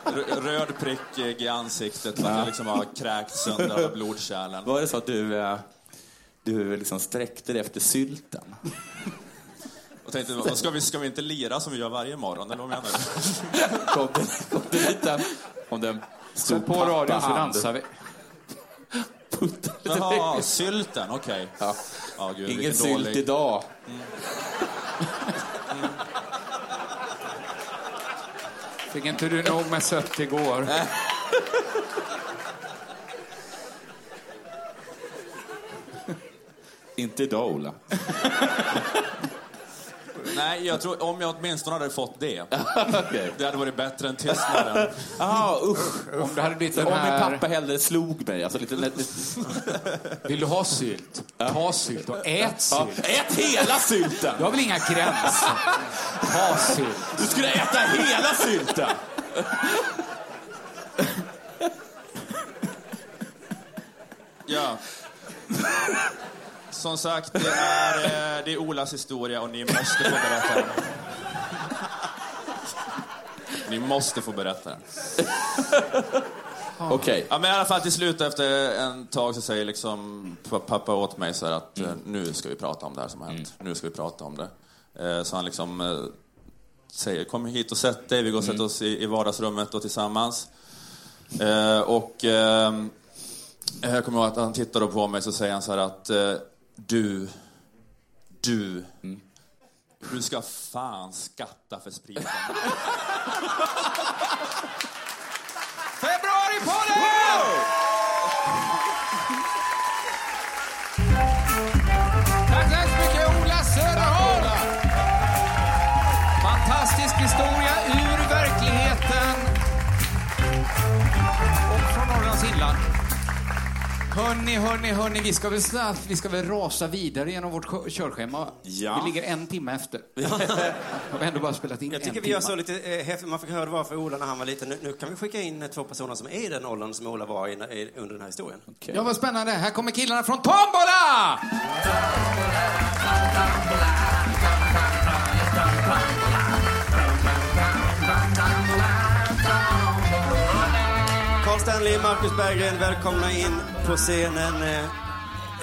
J: R- röd prick eh, i ansiktet för att jag liksom har kräkt sönder alla blodkärlen.
I: Var det så att du, eh, du liksom sträckte dig efter sylten?
J: Och tänkte, vad ska vi, ska vi inte lira som vi gör varje morgon eller vad menar du?
I: Kom det, kom det dit en, om den
H: Sätt
I: stod
H: på radion så
I: pappa hand.
H: dansar vi.
I: Puttade lite
J: Jaha,
I: längre.
J: sylten, okej.
I: Ja.
J: Ja, gud,
I: Ingen
J: vilken
I: sylt
J: dålig-
I: idag.
H: Fick inte du nog med sött igår?
I: Inte idag, Ola.
J: Nej, jag tror, om jag åtminstone hade fått det.
I: Okej.
J: Det hade varit bättre än tystnaden.
I: Jaha, Ah, usch.
H: Om det hade blivit
I: Om
H: den
I: min
H: här...
I: pappa hellre slog mig. Alltså lite, lite,
H: Vill du ha sylt? Ta sylt och ät
I: ja.
H: sylt.
I: Ät hela sylten!
H: Du har väl inga gränser? Ta sylt.
I: Du skulle äta hela sylten!
J: Ja. Som sagt, det är, eh, det är Olas historia och ni måste få berätta den. Ni måste få berätta den.
I: Okej.
J: Ja, men i alla fall till slut efter en tag så säger liksom p- pappa åt mig så här att eh, nu ska vi prata om det här som har hänt. Nu ska vi prata om det. Eh, Så han liksom eh, säger kom hit och sätt dig. Vi går och sätter oss i i vardagsrummet då tillsammans. Eh, Och ehm, jag kommer ihåg att han tittar då på mig så säger han så här att eh, du, du, du ska fan skatta för spriten.
H: Februaripodden! Tack så hemskt mycket Ola Söderholm! Fantastisk historia ur verkligheten. Och från Norrlands inland. Hörni, hörni, hörni, vi ska väl snabbt, vi ska väl rasa vidare genom vårt kö- körschema.
I: Ja.
H: Vi ligger en timme efter. Vi har ändå bara spelat in
K: Jag
H: en
K: tycker vi
H: timme.
K: gör så lite eh, häftigt. Man fick höra det var för Ola när han var liten. Nu, nu kan vi skicka in eh, två personer som är i den åldern som Ola var i, i, under den här historien.
H: Ja, vad spännande. Här kommer killarna från Tombola!
K: Carl Stanley, Marcus Berggren, välkomna in på scenen. Eh,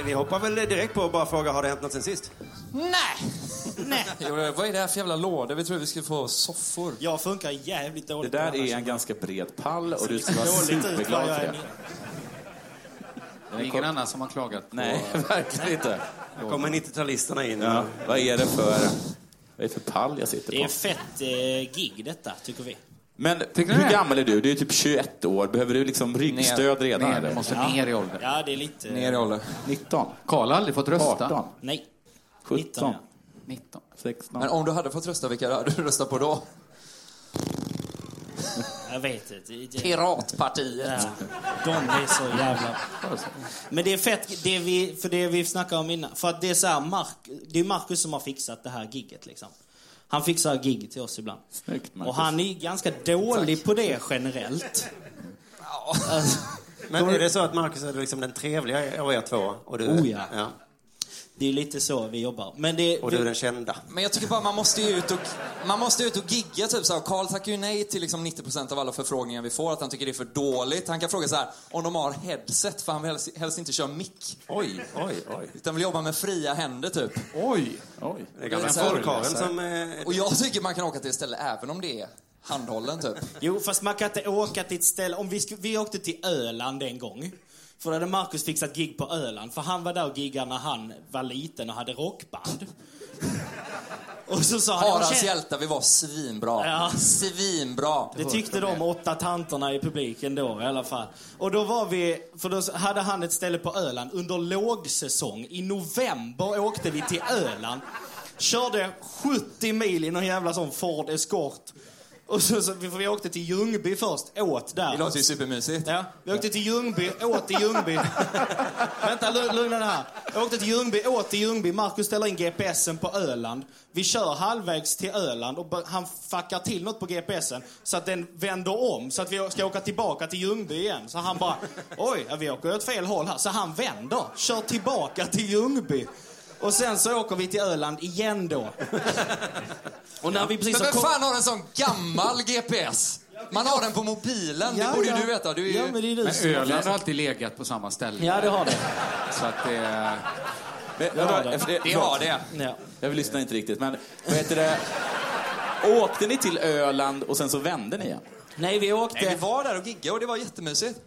K: Vi hoppar väl direkt på och bara fråga, har det hänt något sen sist?
H: Nej!
J: Vad är det här för jävla låda? Vi trodde vi skulle få soffor.
L: Jag funkar jävligt
I: Det
L: dåligt.
I: där
L: annars.
I: är en ganska bred pall och du ska vara
L: Dåligt ut vad
I: superglad
L: jag
I: för
L: än
I: det.
H: Det är ingen annan som har klagat på...
I: Nej, verkligen inte.
K: Här kommer 90-talisterna in.
I: Ja. Vad är det för... Vad är det för pall jag sitter
L: Det är
I: på?
L: ett fett eh, gig detta, tycker vi.
I: Men
H: Tycker du
I: hur
H: det?
I: gammal är du? Du är typ 21 år. Behöver du liksom ryggstöd redan?
H: ner,
I: eller?
H: måste ner i ålder.
L: Ja, det är lite...
I: Ner i ålder. 19,
H: Karl har aldrig fått rösta.
I: 18,
L: Nej.
I: 17,
L: 19, ja.
H: 19.
I: 16.
J: Men om du hade fått rösta, vilka hade du röstat på då?
L: Jag vet inte. Det- det-
J: Piratpartiet.
L: Ja, de är så jävla... Men det är fett, det vi, för det vi snackade om innan. För att det är så här, Mark, det är Marcus som har fixat det här gigget liksom. Han fixar gig till oss ibland.
I: Snyggt, Marcus.
L: Och han är ganska dålig på det generellt. Alltså,
K: Men är det så att Marcus är liksom den trevliga av er två? Och du,
L: Oh, ja. det är lite så vi jobbar. Men det...
K: Och du är den kända?
M: Men jag tycker bara man måste ju ut och, man måste ut och gigga typ så här. Carl tackar ju nej till liksom 90% av alla förfrågningar vi får, att han tycker det är för dåligt. Han kan fråga så här om de har headset, för han vill helst, helst inte köra mick.
K: Oj, oj, oj.
M: Utan vill jobba med fria händer typ.
K: Oj!
I: Oj.
K: Det är gamla
M: Det är så här-
K: folkaren som... eh,
M: Och jag tycker man kan åka till ett ställe även om det är handhållen typ.
L: Jo, fast man kan inte åka till ett ställe. Om vi, skulle, vi åkte till Öland en gång. För då hade Marcus fixat gig på Öland. För han var där och giggade när han var liten och hade rockband. Och så sa han...
M: Haralds
L: "Jag
M: hjältar, vi var svinbra.
L: Ja.
M: Svinbra.
L: Det tyckte de åtta tanterna i publiken då i alla fall. Och då var vi, för då hade han ett ställe på Öland under lågsäsong. I november åkte vi till Öland. Körde 70 mil i någon jävla sån Ford Escort. Och så, så, för vi åkte till Ljungby först, åt där.
M: Det låter ju supermysigt.
L: Ja, vi åkte till Ljungby, åt i Ljungby. Vänta, lu- lugna det här. Jag åkte till Ljungby, åt till Ljungby. Marcus ställer in GPSen på Öland. Vi kör halvvägs till Öland och bör- han fuckar till något på GPSen så att den vänder om så att vi ska åka tillbaka till Ljungby igen. Så han bara, oj, ja, vi åker åt fel håll här. Så han vänder, kör tillbaka till Ljungby. Och sen så åker vi till Öland igen då. Och när vi precis
M: Men
L: har
M: vem
L: kom-
M: fan har en sån gammal GPS? Man har den på mobilen, det
L: Ja,
M: borde ju
L: ja.
M: du veta. Du är ju...
L: Ja, men det är du
H: Men Öland har alltid legat på samma ställe.
L: Ja, det har det.
H: Så att det...
I: Det har det. Det har det. Jag lyssnar inte riktigt, men vad heter det? Åkte ni till Öland och sen så vände ni igen?
L: Nej, vi åkte...
M: Nej, vi var där och giggade och det var jättemysigt.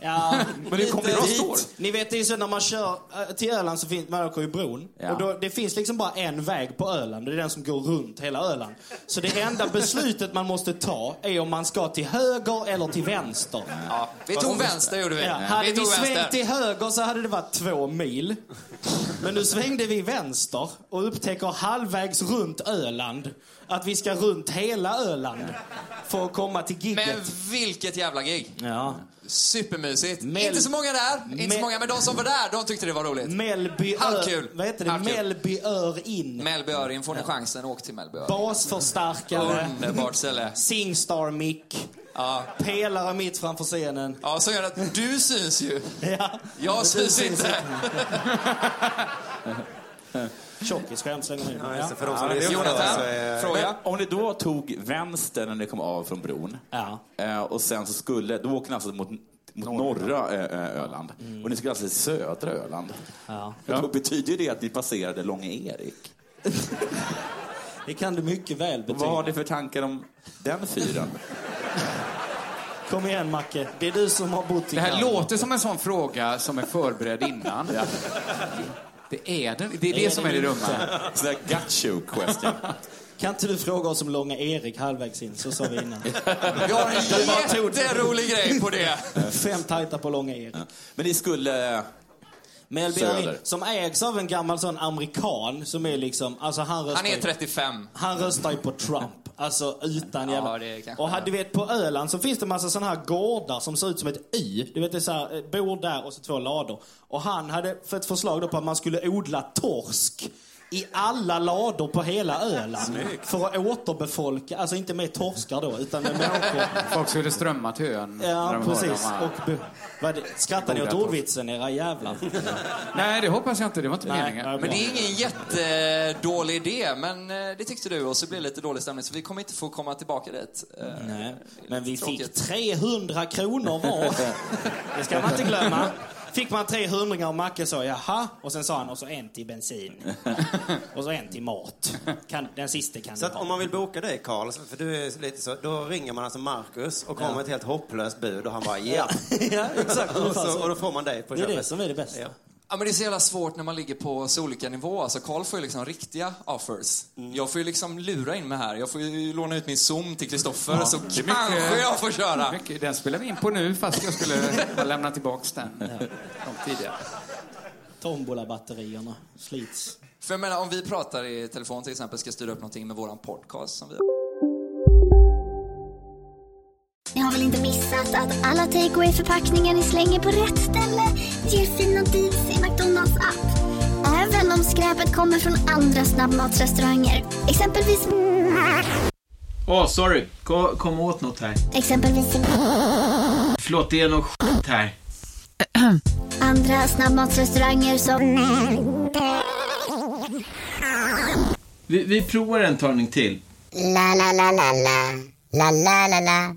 L: Ja,
I: Men hur kom
L: lite
I: ni
L: dit.
I: dit?
L: Ni vet, det är ju så när man kör eh, till Öland så finns, man åker ju bron.
I: Ja.
L: Och då, det finns liksom bara en väg på Öland och det är den som går runt hela Öland. Så det enda beslutet man måste ta är om man ska till höger eller till vänster.
M: Ja, vi tog vänster gjorde vi.
L: Ja, hade
M: vi
L: vi,
M: tog
L: svängt till höger så hade det varit två mil. Men nu svängde vi vänster och upptäcker halvvägs runt Öland att vi ska runt hela Öland för att komma till gigget.
M: Men vilket jävla gig.
L: Ja.
M: Supermysigt. Inte så många där, inte så
L: Mel-
M: många, men de som var där, de tyckte det var roligt.
L: Mellby
M: Halvkul.
L: Ör... Vad heter det?
M: Halvkul.
L: Mellby Ör in.
M: Mellby Öring, får ni chansen, åk till Mellby Öring.
L: Basförstärkare.
M: Underbart ställe.
L: Singstar mick.
M: Ja.
L: Pelare mitt framför scenen.
M: Ja, som gör att du syns ju.
L: Ja.
M: Jag syns inte.
L: Tjockisskämt slänger vi in.
K: Ja, just det, för de som
I: Ja,
K: lyssnar
I: Jonathan,
K: så är-
I: fråga. Men Om ni då tog vänster när ni kom av från bron
L: Ja.
I: eh, och sen så skulle, då åker ni alltså mot, mot norra eh, eh, Öland och ni skulle alltså till södra Öland.
L: Ja.
I: Ja. Då betyder ju det att ni passerade Långe Erik.
L: Det kan du mycket väl betyda.
I: Vad har ni för tankar om den fyren?
L: Kom igen Macke, det är du som har bott i
H: Det här
L: Kalmar.
H: låter som en sån fråga som är förberedd innan. Det är den. Det är det som är det dumma.
I: Sån där gacho question.
L: Kan inte du fråga oss om Långa Erik halvvägs in? Så sa vi innan.
M: Vi har en
L: bara tog det.
M: jätterolig grej på det.
L: Eh, Fem tajta på Långa Erik.
I: Men ni
L: eh,
I: skulle...
L: Melby
I: Söder.
L: Örin, som ägs av en gammal sån amerikan som är liksom, alltså han röstar
M: Han är
L: ju-
M: 35.
L: Han röstar ju på Trump. Alltså utan jävla...
M: Ja, det kanske
L: och hade, du vet på Öland så finns det massa såna här gårdar som ser ut som ett Y. Du vet det är så här, eh, bord där och så två lador. Och han hade fått förslag då på att man skulle odla torsk i alla lador på hela Öland. För att återbefolka, alltså inte med torskar då utan med människor.
H: Folk skulle strömma till ön. när
L: Ja
H: de hörde
L: precis.
H: om allt.
L: Och be- vad, är det- skrattar ni åt ordvitsen era jävlar?
H: Nej, det hoppas jag inte. Det var inte
L: Nej,
H: meningen.
L: nej,
M: Men det är ingen jättedålig idé, men eh, det tyckte du och så blev det lite dålig stämning så vi kommer inte få komma tillbaka dit. Eh,
L: Nej, men vi
M: Tråkigt.
L: fick 300 kronor var. Det ska man inte glömma. Fick man 300 och Macke sa jaha, och sen sa han och så en till bensin. Och så en till mat. Kan, den sista kan
K: Så
L: du
K: att
L: ha.
K: om man vill boka dig Karl, för du är lite så, då ringer man alltså Marcus och kommer med ett helt hopplöst bud och han bara ja.
L: ja, exakt.
K: och,
L: ungefär
K: så,
L: så.
K: och då får man dig på
L: Det är det
K: köpet.
L: som är det bästa.
K: Ja.
M: Ja, men det är så jävla svårt när man ligger på så olika nivåer. Alltså, Carl får ju liksom riktiga offers.
L: Mm.
M: Jag får ju liksom lura in mig här. Jag får ju låna ut min Zoom till Kristoffer, så kanske jag får köra.
H: Mycket, den spelar vi in på nu, fast jag skulle ha lämnat tillbaks den. Långt tidigare.
L: Tombola-batterierna slits.
M: För jag menar, om vi pratar i telefon till exempel, ska styra upp någonting med våran podcast som vi
N: Ni har väl inte missat att alla takeaway förpackningar ni slänger på rätt ställe ger fina deals i McDonalds app. Även om skräpet kommer från andra snabbmatsrestauranger. Exempelvis...
O: Åh, sorry. Kom, kom åt något här.
N: Exempelvis...
O: Förlåt, det är något skit här.
N: Andra snabbmatsrestauranger som...
O: Vi, vi provar en talning till.
N: La, la, la, la, la. La, la, la, la.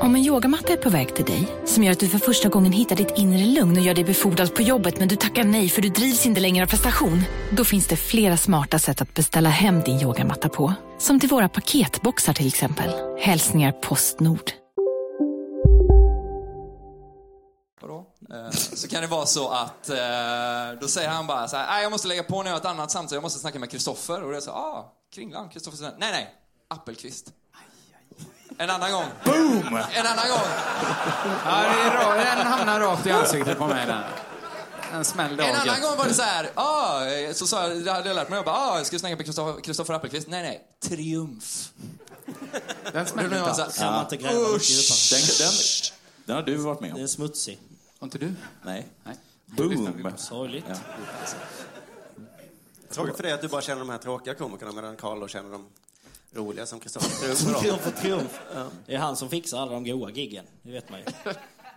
P: Om en yogamatta är på väg till dig, som gör att du för första gången hittar ditt inre lugn och gör dig befordrad på jobbet men du tackar nej för du drivs inte längre av prestation. Då finns det flera smarta sätt att beställa hem din yogamatta på. Som till våra paketboxar till exempel. Hälsningar Postnord.
M: Eh, Så kan det vara så att eh, då säger han bara så här, "Nej, jag måste lägga på när jag har ett annat samtal, jag måste snacka med Kristoffer. Och det är så, ah, Kringlan, Kristoffer Svensson." Nej, nej, Appelqvist. En annan gång.
I: Boom!
M: En annan gång.
H: Ja, det är ra- den hamnar rakt i ansiktet på mig den. Den smällde av
M: En annan
H: gött.
M: gång var det så här, ah, eh, så sa jag, det hade jag lärt mig, jag bara, ah, jag ska snacka med Kristoffer- Kristoffer Appelqvist. Nej, nej, triumf.
H: Den
M: Då blir
H: smällde
M: man så
H: av.
M: här,
I: Kan man inte gräva
M: usch.
I: mycket djupare? Den- den- Den har du varit med om. Den
L: är smutsig.
H: Har inte du?
I: Nej. Boom!
L: Sorgligt.
F: Tråkigt för dig att du bara känner de här tråkiga komikerna medan Carlo känner de roliga som Kristoffer
L: Triumf
F: Triumf.
L: och triumf. Det är han som fixar alla de goa giggen. Det vet man ju.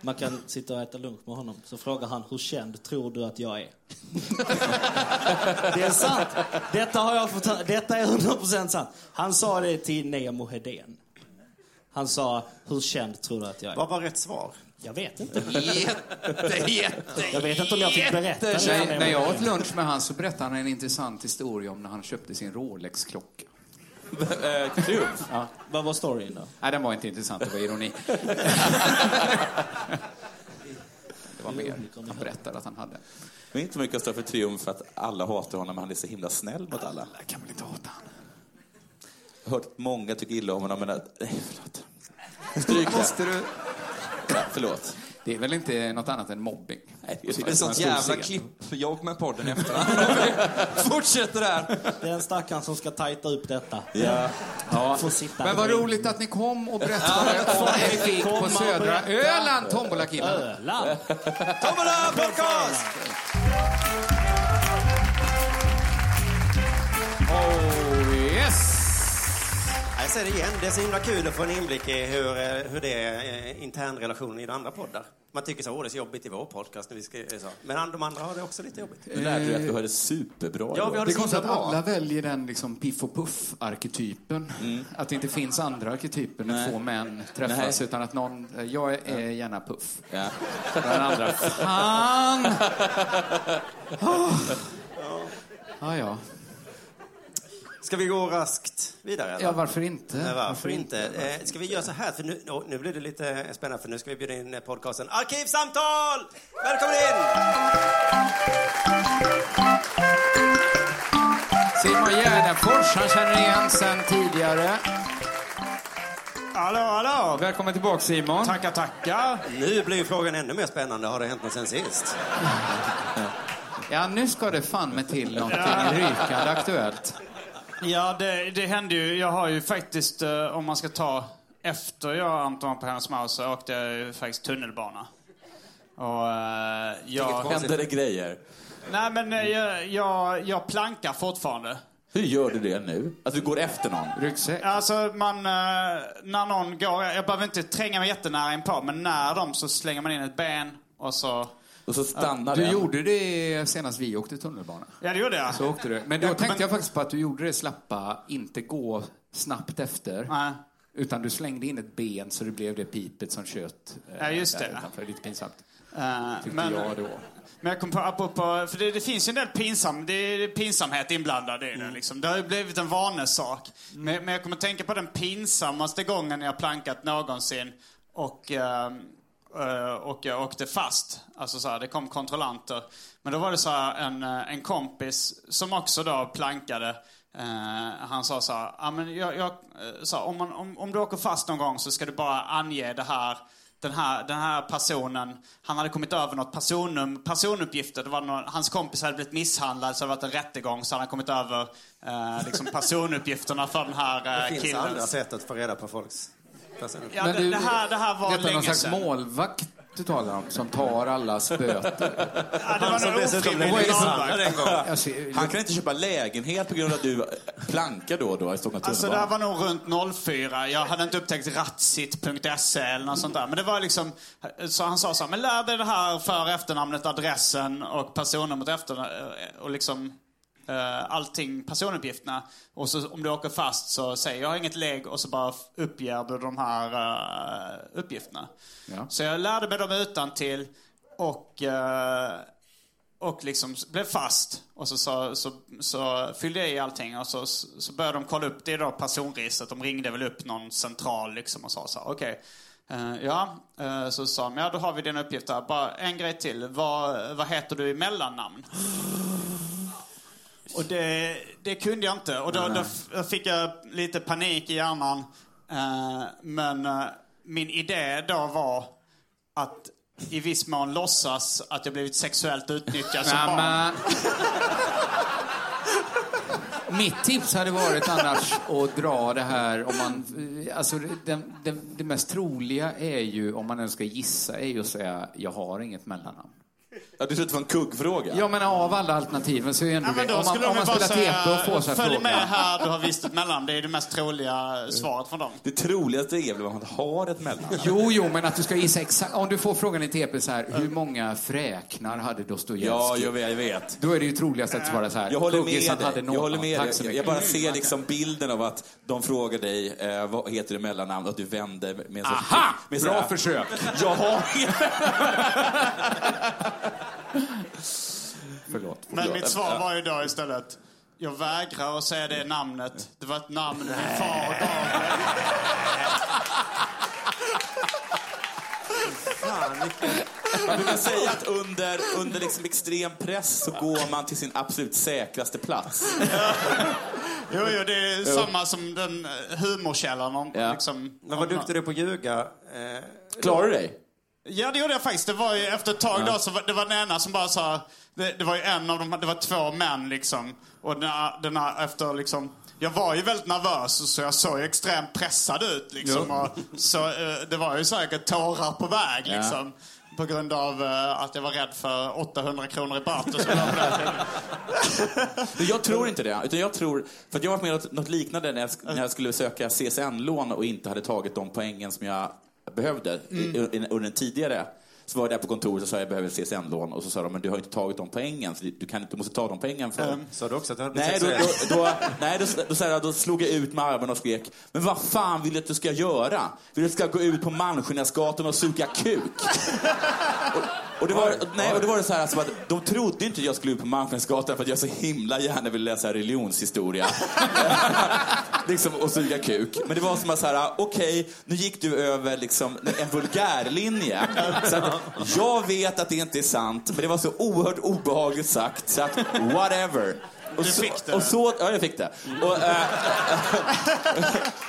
L: Man kan sitta och äta lunch med honom. Så frågar han, hur känd tror du att jag är? det är sant. Detta, har jag fått, detta är 100% sant. Han sa det till Nemo Hedén. Han sa, hur känd tror du att jag är?
F: Vad var rätt svar?
L: Jag vet inte.
F: Jätte, jätte,
L: Jag vet inte om jag fick berätta. det för
H: När,
L: Nemo
H: när jag
L: Hedén.
H: åt lunch med han så berättade han en intressant historia om när han köpte sin Rolex-klocka.
I: Eh, Triumf?
H: Ja.
L: Vad var storyn då?
H: Nej, den var inte intressant. Det var ironi. det var mer. Han berättade att han hade.
I: Det är inte mycket att stå för triumf att alla hatar honom, men han är så himla snäll mot alla. Jag
H: kan väl inte hata honom?
I: Jag har hört att många tycker illa om honom, men... att- Nej, förlåt. Stryk det.
H: Måste du...
I: Ja, förlåt.
H: Det är väl inte något annat än mobbing?
I: Nej,
M: Det är sånt jävla klippjobb med podden i efterhand. Fortsätter där.
L: Det är en stackaren som ska tajta upp detta.
I: Ja.
L: Ja. Får sitta
H: Men vad
L: bredvid.
H: roligt att ni kom och berättade om er gig på södra Öland, tombolakillarna.
L: Öland.
F: Tombola podcast!
H: Oh yes!
F: Jag säger det igen, det är så himla kul att få en inblick i hur, eh, hur det är eh, internrelationen i de andra poddar. Man tycker så, åh det är så jobbigt i vår podcast när vi ska, eh, så. Men an- de andra har det också lite jobbigt.
I: Nu lärde du att du hade superbra
F: Ja, vi har
H: Det
F: det
H: är konstigt
F: så
H: att
F: himla bra.
H: alla väljer den liksom piff och puff-arketypen. Att det inte finns andra arketyper när två män träffas
I: Nej.
H: utan att någon... Jag är gärna puff.
I: Ja.
H: Den andra... Fan! Oh. Ja, Ah, ja.
F: Ska vi gå raskt vidare? Eller?
H: Ja, varför inte?
F: Nej, varför,
H: Varför
F: inte?
H: inte?
F: Eh, ska vi göra så här? För nu, nå, nu blir det lite spännande, för nu ska vi bjuda in eh, podcasten Arkivsamtal! Välkommen in!
H: Simon Gärdenfors, han känner igen sen tidigare.
F: Hallå, hallå!
H: Välkommen tillbaka Simon.
F: Tackar, tackar! Nu blir ju frågan ännu mer spännande. Har det hänt något sen sist?
H: Ja, nu ska det fan med till någonting rykande aktuellt.
O: Ja, det, det hände ju. Jag har ju faktiskt, eh, om man ska ta efter jag och Anton på hennes Maus så åkte jag ju faktiskt tunnelbana. Och eh, jag...
I: Hände det grejer?
O: Nej, men eh, jag, jag, jag plankar fortfarande.
I: Hur gör du det nu? Att du går efter någon?
H: Ryggsäck?
O: Alltså, man, eh, när någon går, jag behöver inte tränga mig jättenära in på, men när dem så slänger man in ett ben och så...
I: Och så stannar
H: Du
I: den.
H: gjorde det senast vi åkte tunnelbana.
O: Ja, det gjorde jag.
H: Så åkte du. Men då
O: Ja,
H: tänkte
O: men-
H: jag faktiskt på att du gjorde det slappa, inte gå snabbt efter.
O: Nej.
H: Utan du slängde in ett ben så det blev det pipet som kött. eh,
O: Ja, just
H: där
O: det.
H: Utanför. Lite pinsamt.
O: Eh,
H: Tyckte
O: men-
H: jag då.
O: Men jag kom på, apropå, för det, det finns ju en del pinsam, det är pinsamhet inblandad i det. Liksom. Det har ju blivit en vanesak. Men, men jag kommer att tänka på den pinsammaste gången jag plankat någonsin och, ehm, eh, och jag åkte fast. Alltså så här, det kom kontrollanter. Men då var det så här, en, eh, en kompis som också då plankade. Eh, han sa så här, "Ja, men jag, jag, eh, så här om, man, om, om du åker fast någon gång så ska du bara ange det här den här, den här personen, han hade kommit över något personnum, personuppgifter. Det var någon, hans kompis hade blivit misshandlad så det hade varit en rättegång så han hade kommit över eh, liksom personuppgifterna för den här
F: Det
O: eh,
F: finns
O: killen.
F: andra sätt att få reda på folks...
O: Ja, det, det, här, det här var
H: Detta är
O: länge
H: någon slags
O: sedan.
H: målvakt du talar om som tar alla böter?
I: Han som dessutom blev
H: Vad är det som-
I: misshandlad en gång.
H: Alltså,
I: Han kan inte köpa lägenhet på grund av att du plankar då och då i Stockholm
O: Alltså det här var nog runt 04. Jag hade inte upptäckt ratsit.se E eller något sånt där. Men det var liksom, så han sa så här, men lär dig det här för efternamnet, adressen och personnumret efter och liksom eh, allting, personuppgifterna. Och så om du åker fast så säger jag har inget lägg och så bara uppger du de här eh, uppgifterna. Så jag lärde mig dem utan till och eh, och liksom blev fast. Och så, så, så, så fyllde jag i allting och så, så började de kolla upp det då, personregistret. De ringde väl upp någon central liksom och sa så här, okej. eh, ja, eh, så sa de, ja då har vi dina uppgifter. Bara en grej till. Vad, vad heter du i mellannamn? Och det, det kunde jag inte. Och då, då f- fick jag lite panik i hjärnan. Eh, men eh, min idé då var att i viss mån låtsas att jag blivit sexuellt utnyttjad som
H: Nej,
O: barn.
H: Mitt tips hade varit annars att dra det här om man... Alltså den, den, det mest troliga är ju, om man ens ska gissa, är ju att säga jag har inget mellannamn.
I: Ja, du slutar få en kuggfråga.
H: Ja, men av alla alternativen så är ju ändå
O: Ja, men
H: det.
O: då
H: Om man,
O: skulle
H: om man
O: de ju bara
H: spelar TP och får
O: säga,
H: så här
O: följ
H: frågan.
O: med här, du har visst ett mellan. Det är det mest troliga svaret från dem.
I: Det troligaste är väl att man har ett mellannamn.
H: Jo, jo, men att du ska gissa exakt. Om du får frågan i TP så här, hur många fräknar hade Dostojevskij?
I: Ja, jag vet. Jag, vet.
H: Då är det ju troligast att svara så här.
I: jag håller
H: "Kuggis, han
I: med
H: hade
I: dig.
H: någon."
I: Jag, håller
H: Ja,
I: med
H: tack
I: dig.
H: så
I: jag
H: mycket.
I: bara
H: Mm,
I: ser
H: tack.
I: liksom bilden av att de frågar dig eh, vad heter du i mellannamn och att du vänder med en sorts...
H: Aha!
I: Med
H: Bra
I: såhär,
H: försök.
I: Jag har inget
H: Förlåt.
O: Men mitt
H: Ja.
O: svar var ju då istället, jag vägrar att säga det namnet. Det var ett namn min far gav mig.
I: Man brukar säga att under, under liksom extrem press så går man till sin absolut säkraste plats.
O: Jo, jo, det är
I: Jo.
O: samma som den eh, humorkällan. Om,
I: Ja.
O: liksom,
I: Men vad duktig
K: du är på att ljuga.
F: Eh,
I: Klarar du dig?
O: Ja, det gjorde jag faktiskt. Det var ju efter ett tag då, så var, det var den ena som bara sa... Det, det var ju en av de, det var två män liksom. Och den, här- den här efter liksom... Jag var ju väldigt nervös så jag såg ju extremt pressad ut liksom.
L: Ja.
O: Och, så eh, det var ju säkert tårar på väg
L: Ja.
O: liksom. På grund av eh, att jag var rädd för 800 kronor i böter som jag var på den tiden.
I: Men jag tror inte det. Utan jag tror, för att jag har varit med om något- något liknande när jag, sk- när jag skulle söka CSN-lån och inte hade tagit de poängen som jag behövde i-
M: Mm.
I: i- under den tidigare. Så var jag där på kontoret och sa jag behöver CSN-lån och så sa de men du har ju inte tagit de poängen så du, kan, inte- du måste ta de poängen för.
K: Mm. Sa du också att du hade
I: Nej,
K: blivit
I: då,
K: sexuell?
I: då, då, nej då, då, så här, då slog jag ut med armarna och skrek Men vad fan vill du att du ska göra? Vill du att du ska gå ut på Malmskillnadsgatan och suga kuk? Och, och det var, nej, och det var det så här, alltså, att de trodde inte jag skulle ut på Malmskillnadsgatan för att jag så himla gärna ville läsa religionshistoria. liksom, och suga kuk. Men det var som att så här, okej, nu gick du över liksom, en vulgärlinje. Så att, jag vet att det inte är sant, men det var så oerhört obehagligt sagt, så att whatever. Och så, fick det? Och så, ja, jag fick det. Och, eh,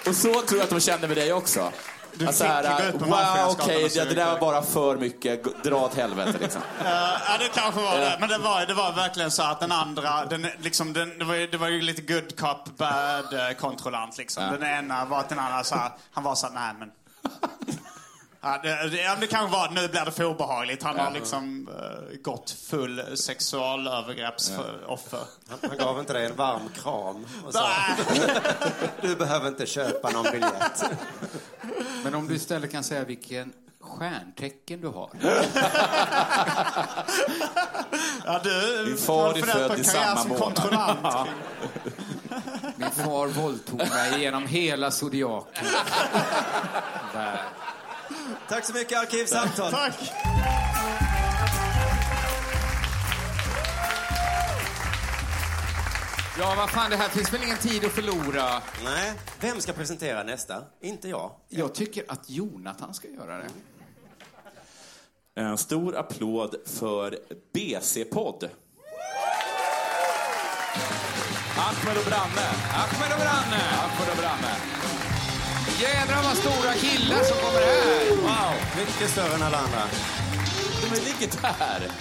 I: och så tror jag att de kände med dig också.
O: Du
I: Att så
O: fick
I: här,
O: gå ut på
I: wow,
O: Malmskillnadsgatan
I: okej,
O: och
I: det,
O: suga
I: det där var bara för mycket. Gå- Dra åt helvete liksom.
O: Eh, ja, det kanske var det. Men det var, det var verkligen så att den andra, den, liksom, den, det, var ju, det var ju lite good cop, bad eh, kontrollant liksom.
I: Ja.
O: Den ena var att den andra så här, han var så här, nej men. Ja, det, det, ja, det kanske var, nu blir det för obehagligt. Han
K: Ja.
O: har liksom eh, gått full sexualövergreppsoffer.
K: Han gav inte dig en varm kram och sa du behöver inte köpa någon biljett.
H: Men om du istället kan säga vilken stjärntecken du har.
O: Ja, du,
H: Din far är
O: för den
H: född
O: på
H: i
O: karriär
H: samma
O: som
H: månad.
O: kontrollant.
H: Ja. Min far våldtog mig genom hela zodiaken. Där.
K: Tack så mycket, Arkivsamtal.
O: Tack.
K: Ja, vad fan, det här finns väl ingen tid att förlora. Nej. Vem ska presentera nästa? Inte jag.
H: Jag tycker att Jonathan ska göra det.
I: En stor applåd för BC-podd. Ahmed och Branne.
M: Ahmed och Branne.
I: Ahmed och Branne.
M: Jädrar vad stora killar som kommer här.
K: Wow. Mycket större än alla andra.
I: De är ligger där.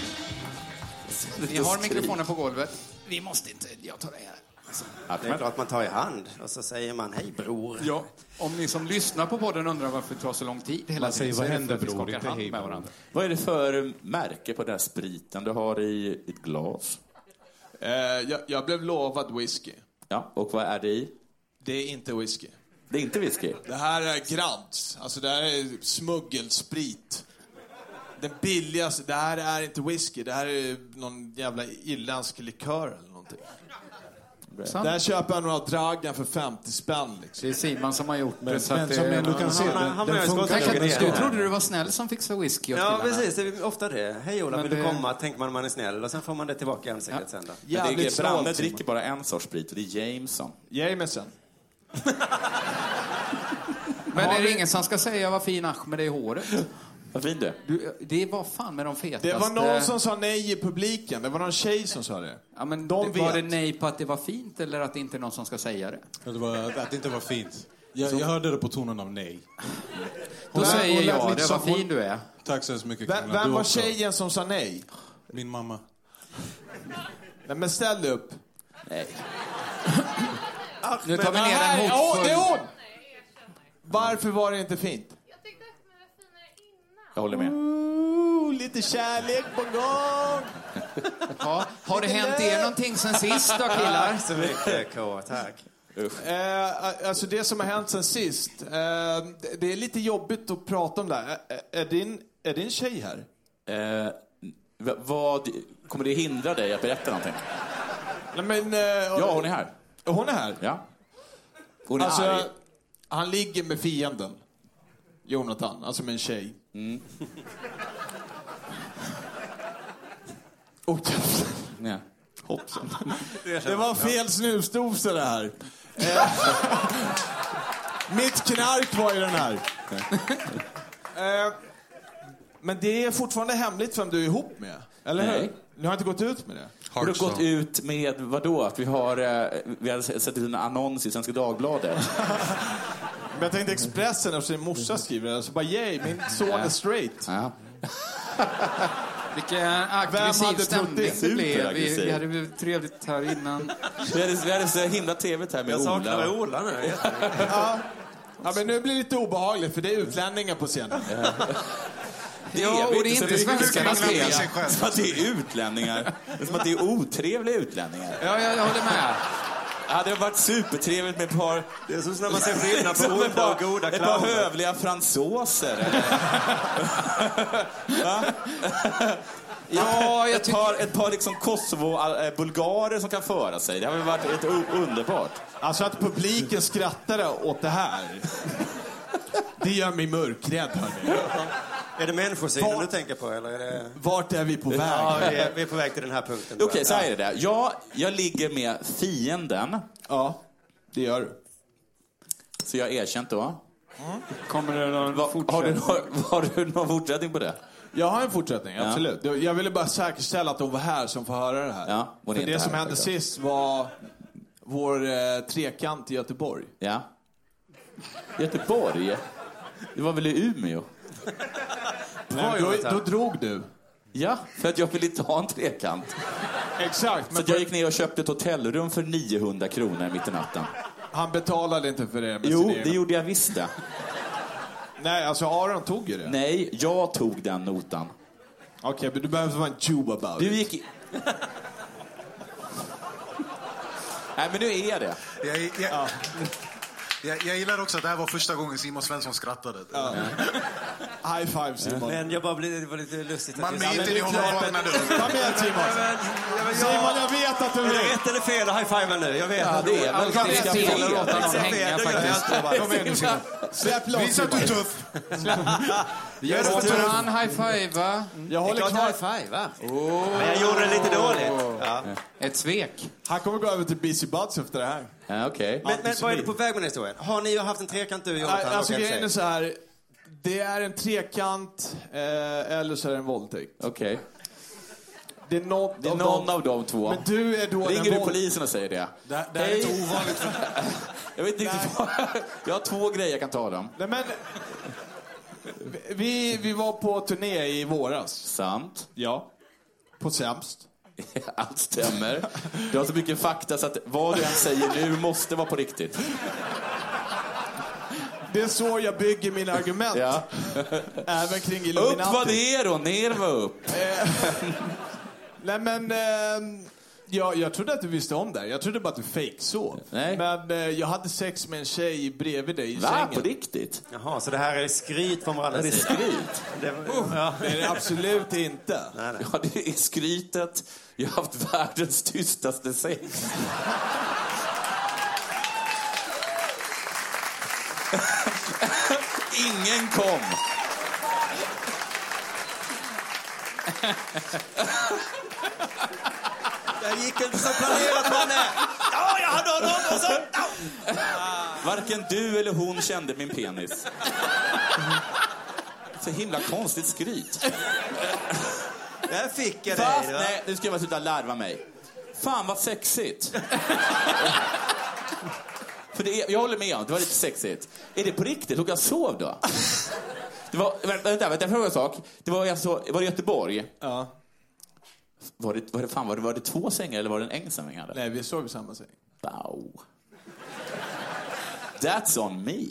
H: Vi har mikrofonen på golvet. Vi måste inte... Jag tar det här.
K: Det är klart man tar i hand och så säger man hej bror.
H: Ja, om ni som lyssnar på podden undrar varför det tar så lång tid hela
K: Man säger,
H: tiden så
K: "Vad
H: är det
K: händer,
H: för att vi
K: bror?"
H: skakar
K: Inte
H: hand
K: "Hej,
H: med
K: bror."
H: varandra.
I: Vad är det för märke på den här spriten du har i ett glas?
Q: Eh, jag, jag blev lovad whisky.
I: Ja, och vad är det i?
Q: Det är inte whisky.
I: Det är inte whisky.
Q: Det här är Grants. Alltså det här är smuggelsprit. Den billigaste. Det här är inte whisky. Det här är någon jävla irländsk likör eller någonting. Det här köper jag några Dragan för 50 spänn. Liksom.
H: Det är Simon som har gjort det.
Q: Men-
H: så att
Q: men
H: det-
Q: som ändå kan se, den- den funkar
H: Tack,
Q: ju.
H: Du trodde du var snäll som fixade whisky åt
K: Ja,
H: killarna.
K: precis. Det är ofta det. Hej Ola,
H: Men
K: vill du
H: det-
K: komma? Tänker man man är snäll och sen får man det tillbaka i ansiktet sen då.
I: Men det är, Branne
K: Branne
I: dricker bara en sorts sprit och det är Jameson.
Q: Jameson.
H: Men är det ingen som ska säga vad fin Ahmed är i håret?
I: Vad fin du
H: Du, Det var fan med de fetaste...
Q: Det var någon som sa nej i publiken. Det var någon tjej som sa det.
H: Ja, men
Q: De
H: det- var det
Q: vet.
H: nej på att det var fint eller att det inte är någon som ska säga det?
Q: Det var, att det inte var fint. Jag, jag hörde det på tonen av nej.
H: Då
Q: Hon lät-
H: säger
Q: hon lät
H: jag,
Q: lite
H: det var
Q: som-
H: fin du är.
Q: Tack så hemskt mycket.
H: Vem-
Q: Camilla.
H: vem
Q: Du
H: var
Q: också.
H: tjejen
Q: som sa nej? Min mamma. Nej, men ställ dig upp. Nej.
H: Nu tar vi ner en
Q: Åh,
H: hotfull-
Q: det är hon! Varför var det inte fint?
I: Jag håller med.
Q: Ooh, lite kärlek på gång!
H: Ja, har det hänt er någonting sen sist då killar?
K: Tack så mycket K, tack.
Q: Eh, alltså det som har hänt sen sist. Eh, det- det är lite jobbigt att prata om det här. Eh, är, din, är din tjej här?
I: Eh, v- vad, kommer det hindra dig att berätta någonting?
Q: Nej, men, eh, ja,
I: hon är här.
Q: Hon är här?
I: Ja. Hon är
Q: alltså,
I: arg.
Q: han ligger med fienden. Jonathan, alltså med en tjej.
I: Mm.
Q: Och
I: Nej. Hoppsan.
Q: Det var fel snusdosa det här. Eh, Mitt knark var ju den här. Eh, Men det är fortfarande hemligt vem du är ihop med, eller hur?
I: Nej.
Q: Ni har inte gått ut med det?
I: Har du gått ut med vad då? Att vi har, eh, vi har sett en annons i Svenska Dagbladet.
Q: Men jag tänkte Expressen, eftersom din morsa skriver det, så bara yay, min son är straight.
H: Vilken
Q: Vem
H: Äh, aggressiv
Q: hade trott
H: stämning
Q: det?
H: det blev. Vi,
I: Superaggressiv.
H: vi hade blivit trevligt här innan.
I: Vi hade, vi hade så himla trevligt här med
Q: Jag
I: Ola.
Q: saknar Ola nu, ja. ja, men nu blir det lite obehagligt för det är utlänningar på scenen.
I: Det är
Q: Ja,
I: vi
Q: och det är
I: så
Q: inte
I: vi-
Q: svenskarnas
I: som att det är-
Q: fel.
I: Som att det är utlänningar. Det är som att det är otrevliga utlänningar.
H: Ja, jag, håller med.
I: Hade det varit supertrevligt med ett par... Det är som
K: när man ser skillnad på
I: som
K: onda
I: ett par-
K: och goda
I: Ett par
K: clowner.
I: hövliga fransoser. eller? Va?
H: ja, jag
I: ett par, ett par liksom Kosovo-bulgarer som kan föra sig. Det hade väl varit ett u- underbart.
Q: Alltså att publiken skrattade åt det här. Det gör mig mörkrädd, hörni.
K: Är det människosynen du tänker på eller? Är det...
Q: Vart är vi på väg?
K: Ja, vi är, vi är på väg till den här punkten.
I: Okej, så här är det. Jag, jag ligger med fienden.
Q: Ja, det gör du.
I: Så jag har erkänt då.
H: Mm. Kommer det någon
I: har, du, har, har du någon fortsättning på det?
Q: Jag har en fortsättning,
I: Ja.
Q: absolut. Jag ville bara säkerställa att hon var här som får höra det här.
I: Ja, hon är
Q: För det
I: inte här, liksom.
Q: som hände
I: självklart.
Q: sist var vår eh, trekant i Göteborg.
I: Ja. Göteborg? Det var väl i Umeå?
Q: Nej, då, då drog du.
I: Ja, för att jag ville inte ha en trekant.
Q: Exakt.
I: Så att jag gick ner och köpte ett hotellrum för 900 kronor mitt i natten.
Q: Han betalade inte för Alltså, det med sin
I: Jo,
Q: egen-
I: det gjorde jag visst det.
Q: Nej, alltså Aron tog ju det.
I: Nej, jag tog den notan.
Q: Okej, men du behöver inte vara en tjuv about
I: Du gick... i- Nej, men nu är jag det.
R: Jag, jag, jag, jag gillar också att det här var första gången Simon Svensson skrattade.
Q: High five
R: Simon.
K: Men jag bara blev, det var lite lustigt
R: Man
K: du sa,
R: är inte
K: men
R: det
K: är
R: hon
K: klart,
R: var
K: men-
R: när du...
Q: Kom igen Simon. Simon, jag vet att du
K: Är det
Q: vet.
K: rätt eller fel att high-fiva nu? Jag vet
Q: Ja,
K: att
Q: det är väl
K: Jag
Q: ganska
K: vet
Q: fel
K: det.
Q: att låta någon
K: Jag vet
Q: hänga
K: det, jag gör
Q: faktiskt.
K: det.
Q: Kom igen nu, Simon. Släpp loss,
K: Visa att du är
Q: Simon.
K: tuff.
H: Jag
Q: Gör det för
H: låter han
Q: tuff.
H: high-fivea.
Q: Jag håller kvar.
H: Oh.
K: Men jag gjorde det lite dåligt.
H: Ett svek.
Q: Han kommer gå över till BC Buds efter det här.
I: Ja, okej.
K: Men, men vad är du på väg med den historien? Har ni haft en trekant du och Jonathan?
Q: Nej, Alltså
K: och en
Q: grejen är
K: tjej?
Q: så här. Det är en trekant eh, eller så är det en våldtäkt.
I: Okej.
Q: Det är någon,
I: Det är någon av de två.
Q: Men du är då
I: Ringer
Q: den
I: du
Q: våld-
I: polisen och säger det?
Q: Det- det här är inte
I: ovanligt. jag vet inte riktigt vad... Jag har två grejer jag kan ta dem.
Q: Nej, men... Vi, vi var på turné i våras.
I: Sant.
Q: Ja. På Sämst.
I: Allt stämmer. Du har så mycket fakta så att vad du än säger nu måste vara på riktigt.
Q: Det är så jag bygger mina argument.
I: Ja.
Q: Även kring
I: Upp
Q: Illuminati. Eh,
I: var ner och ner var upp.
Q: Nej men, eh, jag, jag trodde att du visste om det här. Jag trodde bara att du fejksov. Men eh, jag hade sex med en tjej bredvid dig i
K: Va?
Q: sängen.
K: På
I: riktigt?
K: Jaha, så det här är skryt från
Q: Ja,
K: varandra
Q: det är
I: skryt.
K: det, var- ja.
Q: Det är det absolut inte.
I: Ja, det är skrytet. Jag har haft världens tystaste sex. Ingen kom.
K: Det gick inte som planerat, Manne! Ja, jag hade honom och så...
I: Varken du eller hon kände min penis. Så himla konstigt skryt.
K: Där fick
I: jag Fast, dig. Nej, nu ska jag bara sluta larva mig. Fan vad sexigt. För det är, jag håller med om, det var lite sexigt. Är det på riktigt? Låg jag och sov då? Det var, vänta, vänta, vänta, jag frågar en sak. Det var, alltså, var det Göteborg?
Q: Ja.
I: Var det, var, det, fan, var, det, var det två sängar eller var det en ensam säng?
Q: Nej, vi sov i samma säng.
I: Bow. That's on me.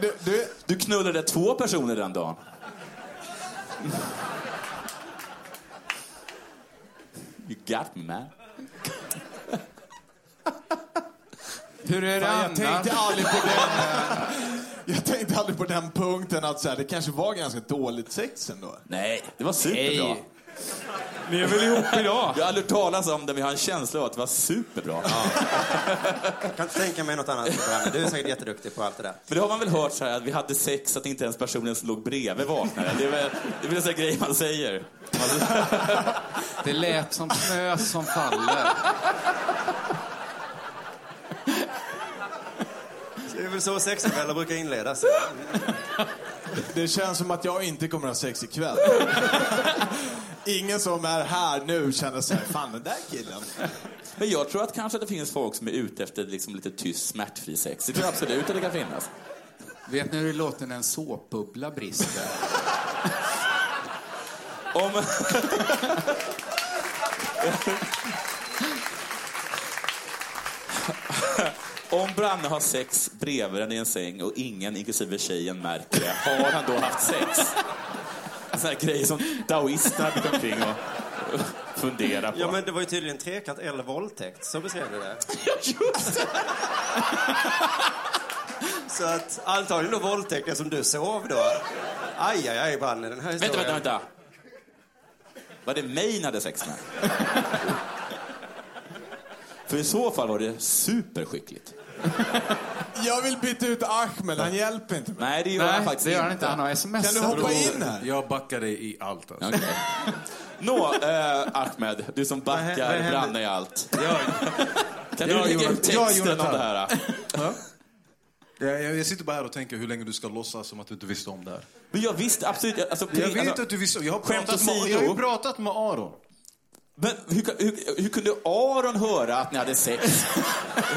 Q: du, du...
I: knullade två personer den dagen. You got me man.
Q: Hur är
I: det
Q: jag
I: annars?
Q: tänkte, aldrig på den, eh, jag tänkte aldrig på den punkten att så här, det kanske var ganska dåligt sex ändå.
I: Nej, det var superbra.
Q: Nej.
I: Ni är väl ihop idag? Jag har aldrig hört talas om det, men jag har en känsla av att det var superbra.
K: Jag kan inte tänka mig något annat. Du är säkert jätteduktig på allt det där.
I: Men det har man väl hört så här, att vi hade sex, att inte ens personen som låg bredvid vaknade. Det är väl, det är väl en sån här grej man säger.
H: Det lät som snö som faller.
K: Det är väl så sexkvällar brukar inledas.
Q: Det känns som att jag inte kommer att ha sex ikväll. Ingen som är här nu känner sig fan den där killen.
I: Men jag tror att kanske det finns folk som är ute efter liksom lite tyst, smärtfri sex. Det tror jag absolut att det kan finnas.
H: Vet ni hur det låter när en såpbubbla brister?
I: Om... Om Branne har sex bredvid den i en säng och ingen, inklusive tjejen, märker det, har han då haft sex? En sån här grej som daoisterna brukar gå omkring och och fundera på.
K: Ja, men det var ju tydligen trekant eller våldtäkt. Så beskrev du det. Så att antagligen då våldtäkten som du sov då. Aj, aj, aj, Branne, den här
I: Vänta,
K: historien.
I: vänta, vänta. Var det mig ni hade sex med? För i så fall var det superskickligt.
Q: Jag vill byta ut Ahmed, han hjälper inte mig.
I: Nej, det gör han faktiskt
Q: Kan du hoppa in här?
E: Jag backar dig i allt. Alltså.
I: Nå, eh, Ahmed, du som
E: Vad hä- vad
I: backar
E: händer?
I: Branne i allt. Kan
E: Ja,
I: du lägga ut
E: Jonathan. Ja,
I: texten om
E: Jonathan.
I: det här? eh?
E: Jag, jag, jag sitter bara här och tänker hur länge du ska låtsas som att du inte visste om det här.
I: Men jag visste absolut... Alltså,
E: Jag vet
I: alltså,
E: att du visste. Jag har
I: skämt
E: pratat med-
I: åsido.
E: jag har ju pratat med Aron.
I: Men hur, kan- hur, hur kunde Aron höra att ni hade sex?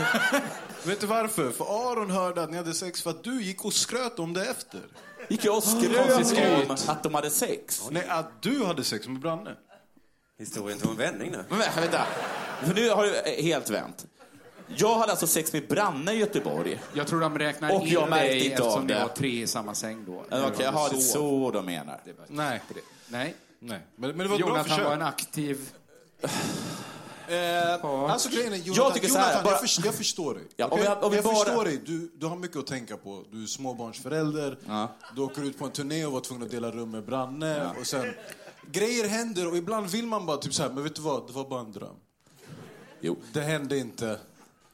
E: Vet du varför? För Aron hörde att ni hade sex för att du gick och skröt om det efter.
I: Gick jag och skröt om att de hade sex?
E: Nej, att du hade sex med Branne.
K: Historien tog en vändning nu.
I: Men vä- vänta, för nu har du eh, helt vänt. Jag hade alltså sex med Branne i Göteborg.
H: Jag tror de räknar
I: Och
H: in
I: jag märkte
H: dig
I: inte av
H: eftersom ni
I: det.
H: har tre i samma säng då.
I: Ja, Eh, Okej, jaha, det är så de menar.
H: Nej. Nej.
E: Nej.
H: Jonathan var en aktiv...
E: Eh, alltså grejen är, Jonathan,
I: Jag tycker så här,
E: Jonathan,
I: bara-
E: jag, förs- jag förstår dig.
I: Ja, om
E: okej?
I: jag- om vi
E: jag
I: bara-
E: förstår dig. Du, du har mycket att tänka på. Du är småbarnsförälder, du åker ut på en turné och var tvungen att dela rum med Branne.
I: Ja.
E: Och sen, grejer händer och ibland vill man bara typ så här, men vet du vad, det var bara en dröm.
I: Jo.
E: Det hände inte.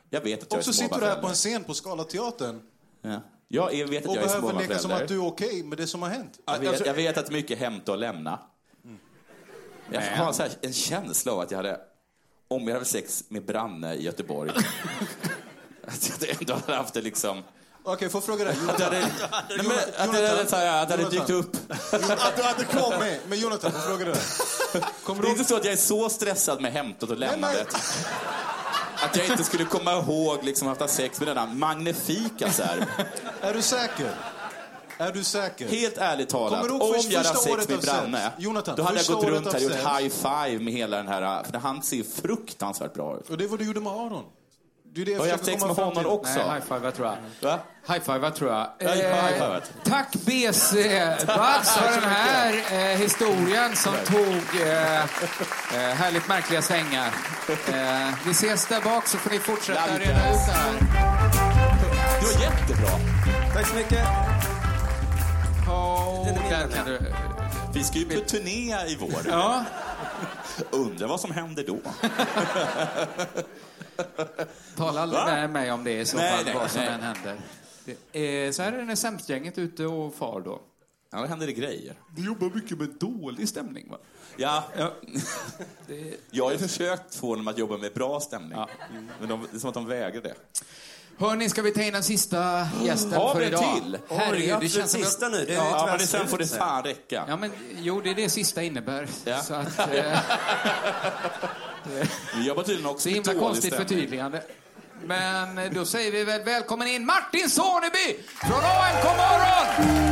I: Jag vet att jag
E: Och så
I: är
E: sitter du här på en
I: småbarnsförälder.
E: scen på Scalateatern
I: Ja. Jag är- vet att
E: och
I: jag är
E: behöver neka som att
I: småbarnsförälder.
E: du är okej med det som har hänt. Alltså,
I: Jag vet, jag vet att mycket är hämta och lämna. Jag
E: Mm. Men-
I: har så här en känsla av att jag hade, om jag hade sex med Branne i Göteborg, att jag ändå hade haft det liksom...
E: Okej, får jag fråga dig?
I: Att det hade, nej, men, att det hade, så här, att det hade dykt upp.
E: Att du hade kommit. Men Jonathan, får jag fråga dig?
I: det är inte så att jag är så stressad med hämtat och lämnandet. Att jag inte skulle komma ihåg liksom, att ha sex med denna magnifika så här.
E: Är du säker? Är du säker?
I: Helt ärligt talat,
E: Kommer du
I: om
E: ihåg först-
I: jag hade
E: första
I: haft
E: året
I: sex med
E: av sex?
I: Branne,
E: Jonathan,
I: då hade jag
E: första
I: gått
E: året
I: runt
E: av
I: här och gjort
E: sex.
I: high five med hela den här, för han ser fruktansvärt bra ut.
E: Och det är vad du gjorde med Aron. Det är det
I: Har jag haft
E: försöker
I: sex
E: komma
I: med
E: fram
I: honom
E: till.
I: också?
H: Nej, high five tror jag.
I: Va?
H: High five tror jag. Eh,
I: Ja, high five.
H: tack BC Buds för den här eh, historien som tog eh, eh, härligt märkliga svängar. Eh, vi ses där bak så får ni fortsätta
I: Lalkas.
H: reda ut det här.
I: Det var jättebra.
F: Tack så mycket.
H: Oh, där kan du...
I: Vi ska ju på turné i vår.
H: Ja.
I: Undrar vad som händer då?
H: Tala aldrig
I: Va?
H: med mig om det i så
I: Nej,
H: fall,
I: nej,
H: vad som
I: nej.
H: än händer. Det, eh, så här är det när sämstgänget ute och far då.
I: Ja, då händer det grejer.
H: Vi jobbar mycket med dålig stämning, va?
I: Ja. Jag har ju försökt få dem att jobba med bra stämning. Men de, det är som att de vägrar det.
H: Hörni, ska vi ta in den sista gästen
I: Har
H: för
I: vi en
H: idag?
I: till? Oj,
H: Herregud, det
I: absolut
H: känns som...
I: sista nu. Det är ju tyvärr slut sen. räcka.
H: Ja, men, jo, det är det sista innebär. Så att, eh,
I: Vi jobbar tydligen också
H: det är
I: med
H: himla
I: dålig
H: konstigt
I: stämning.
H: förtydligande. Men eh, då säger vi väl välkommen in Martin Soneby från AMK Morgon!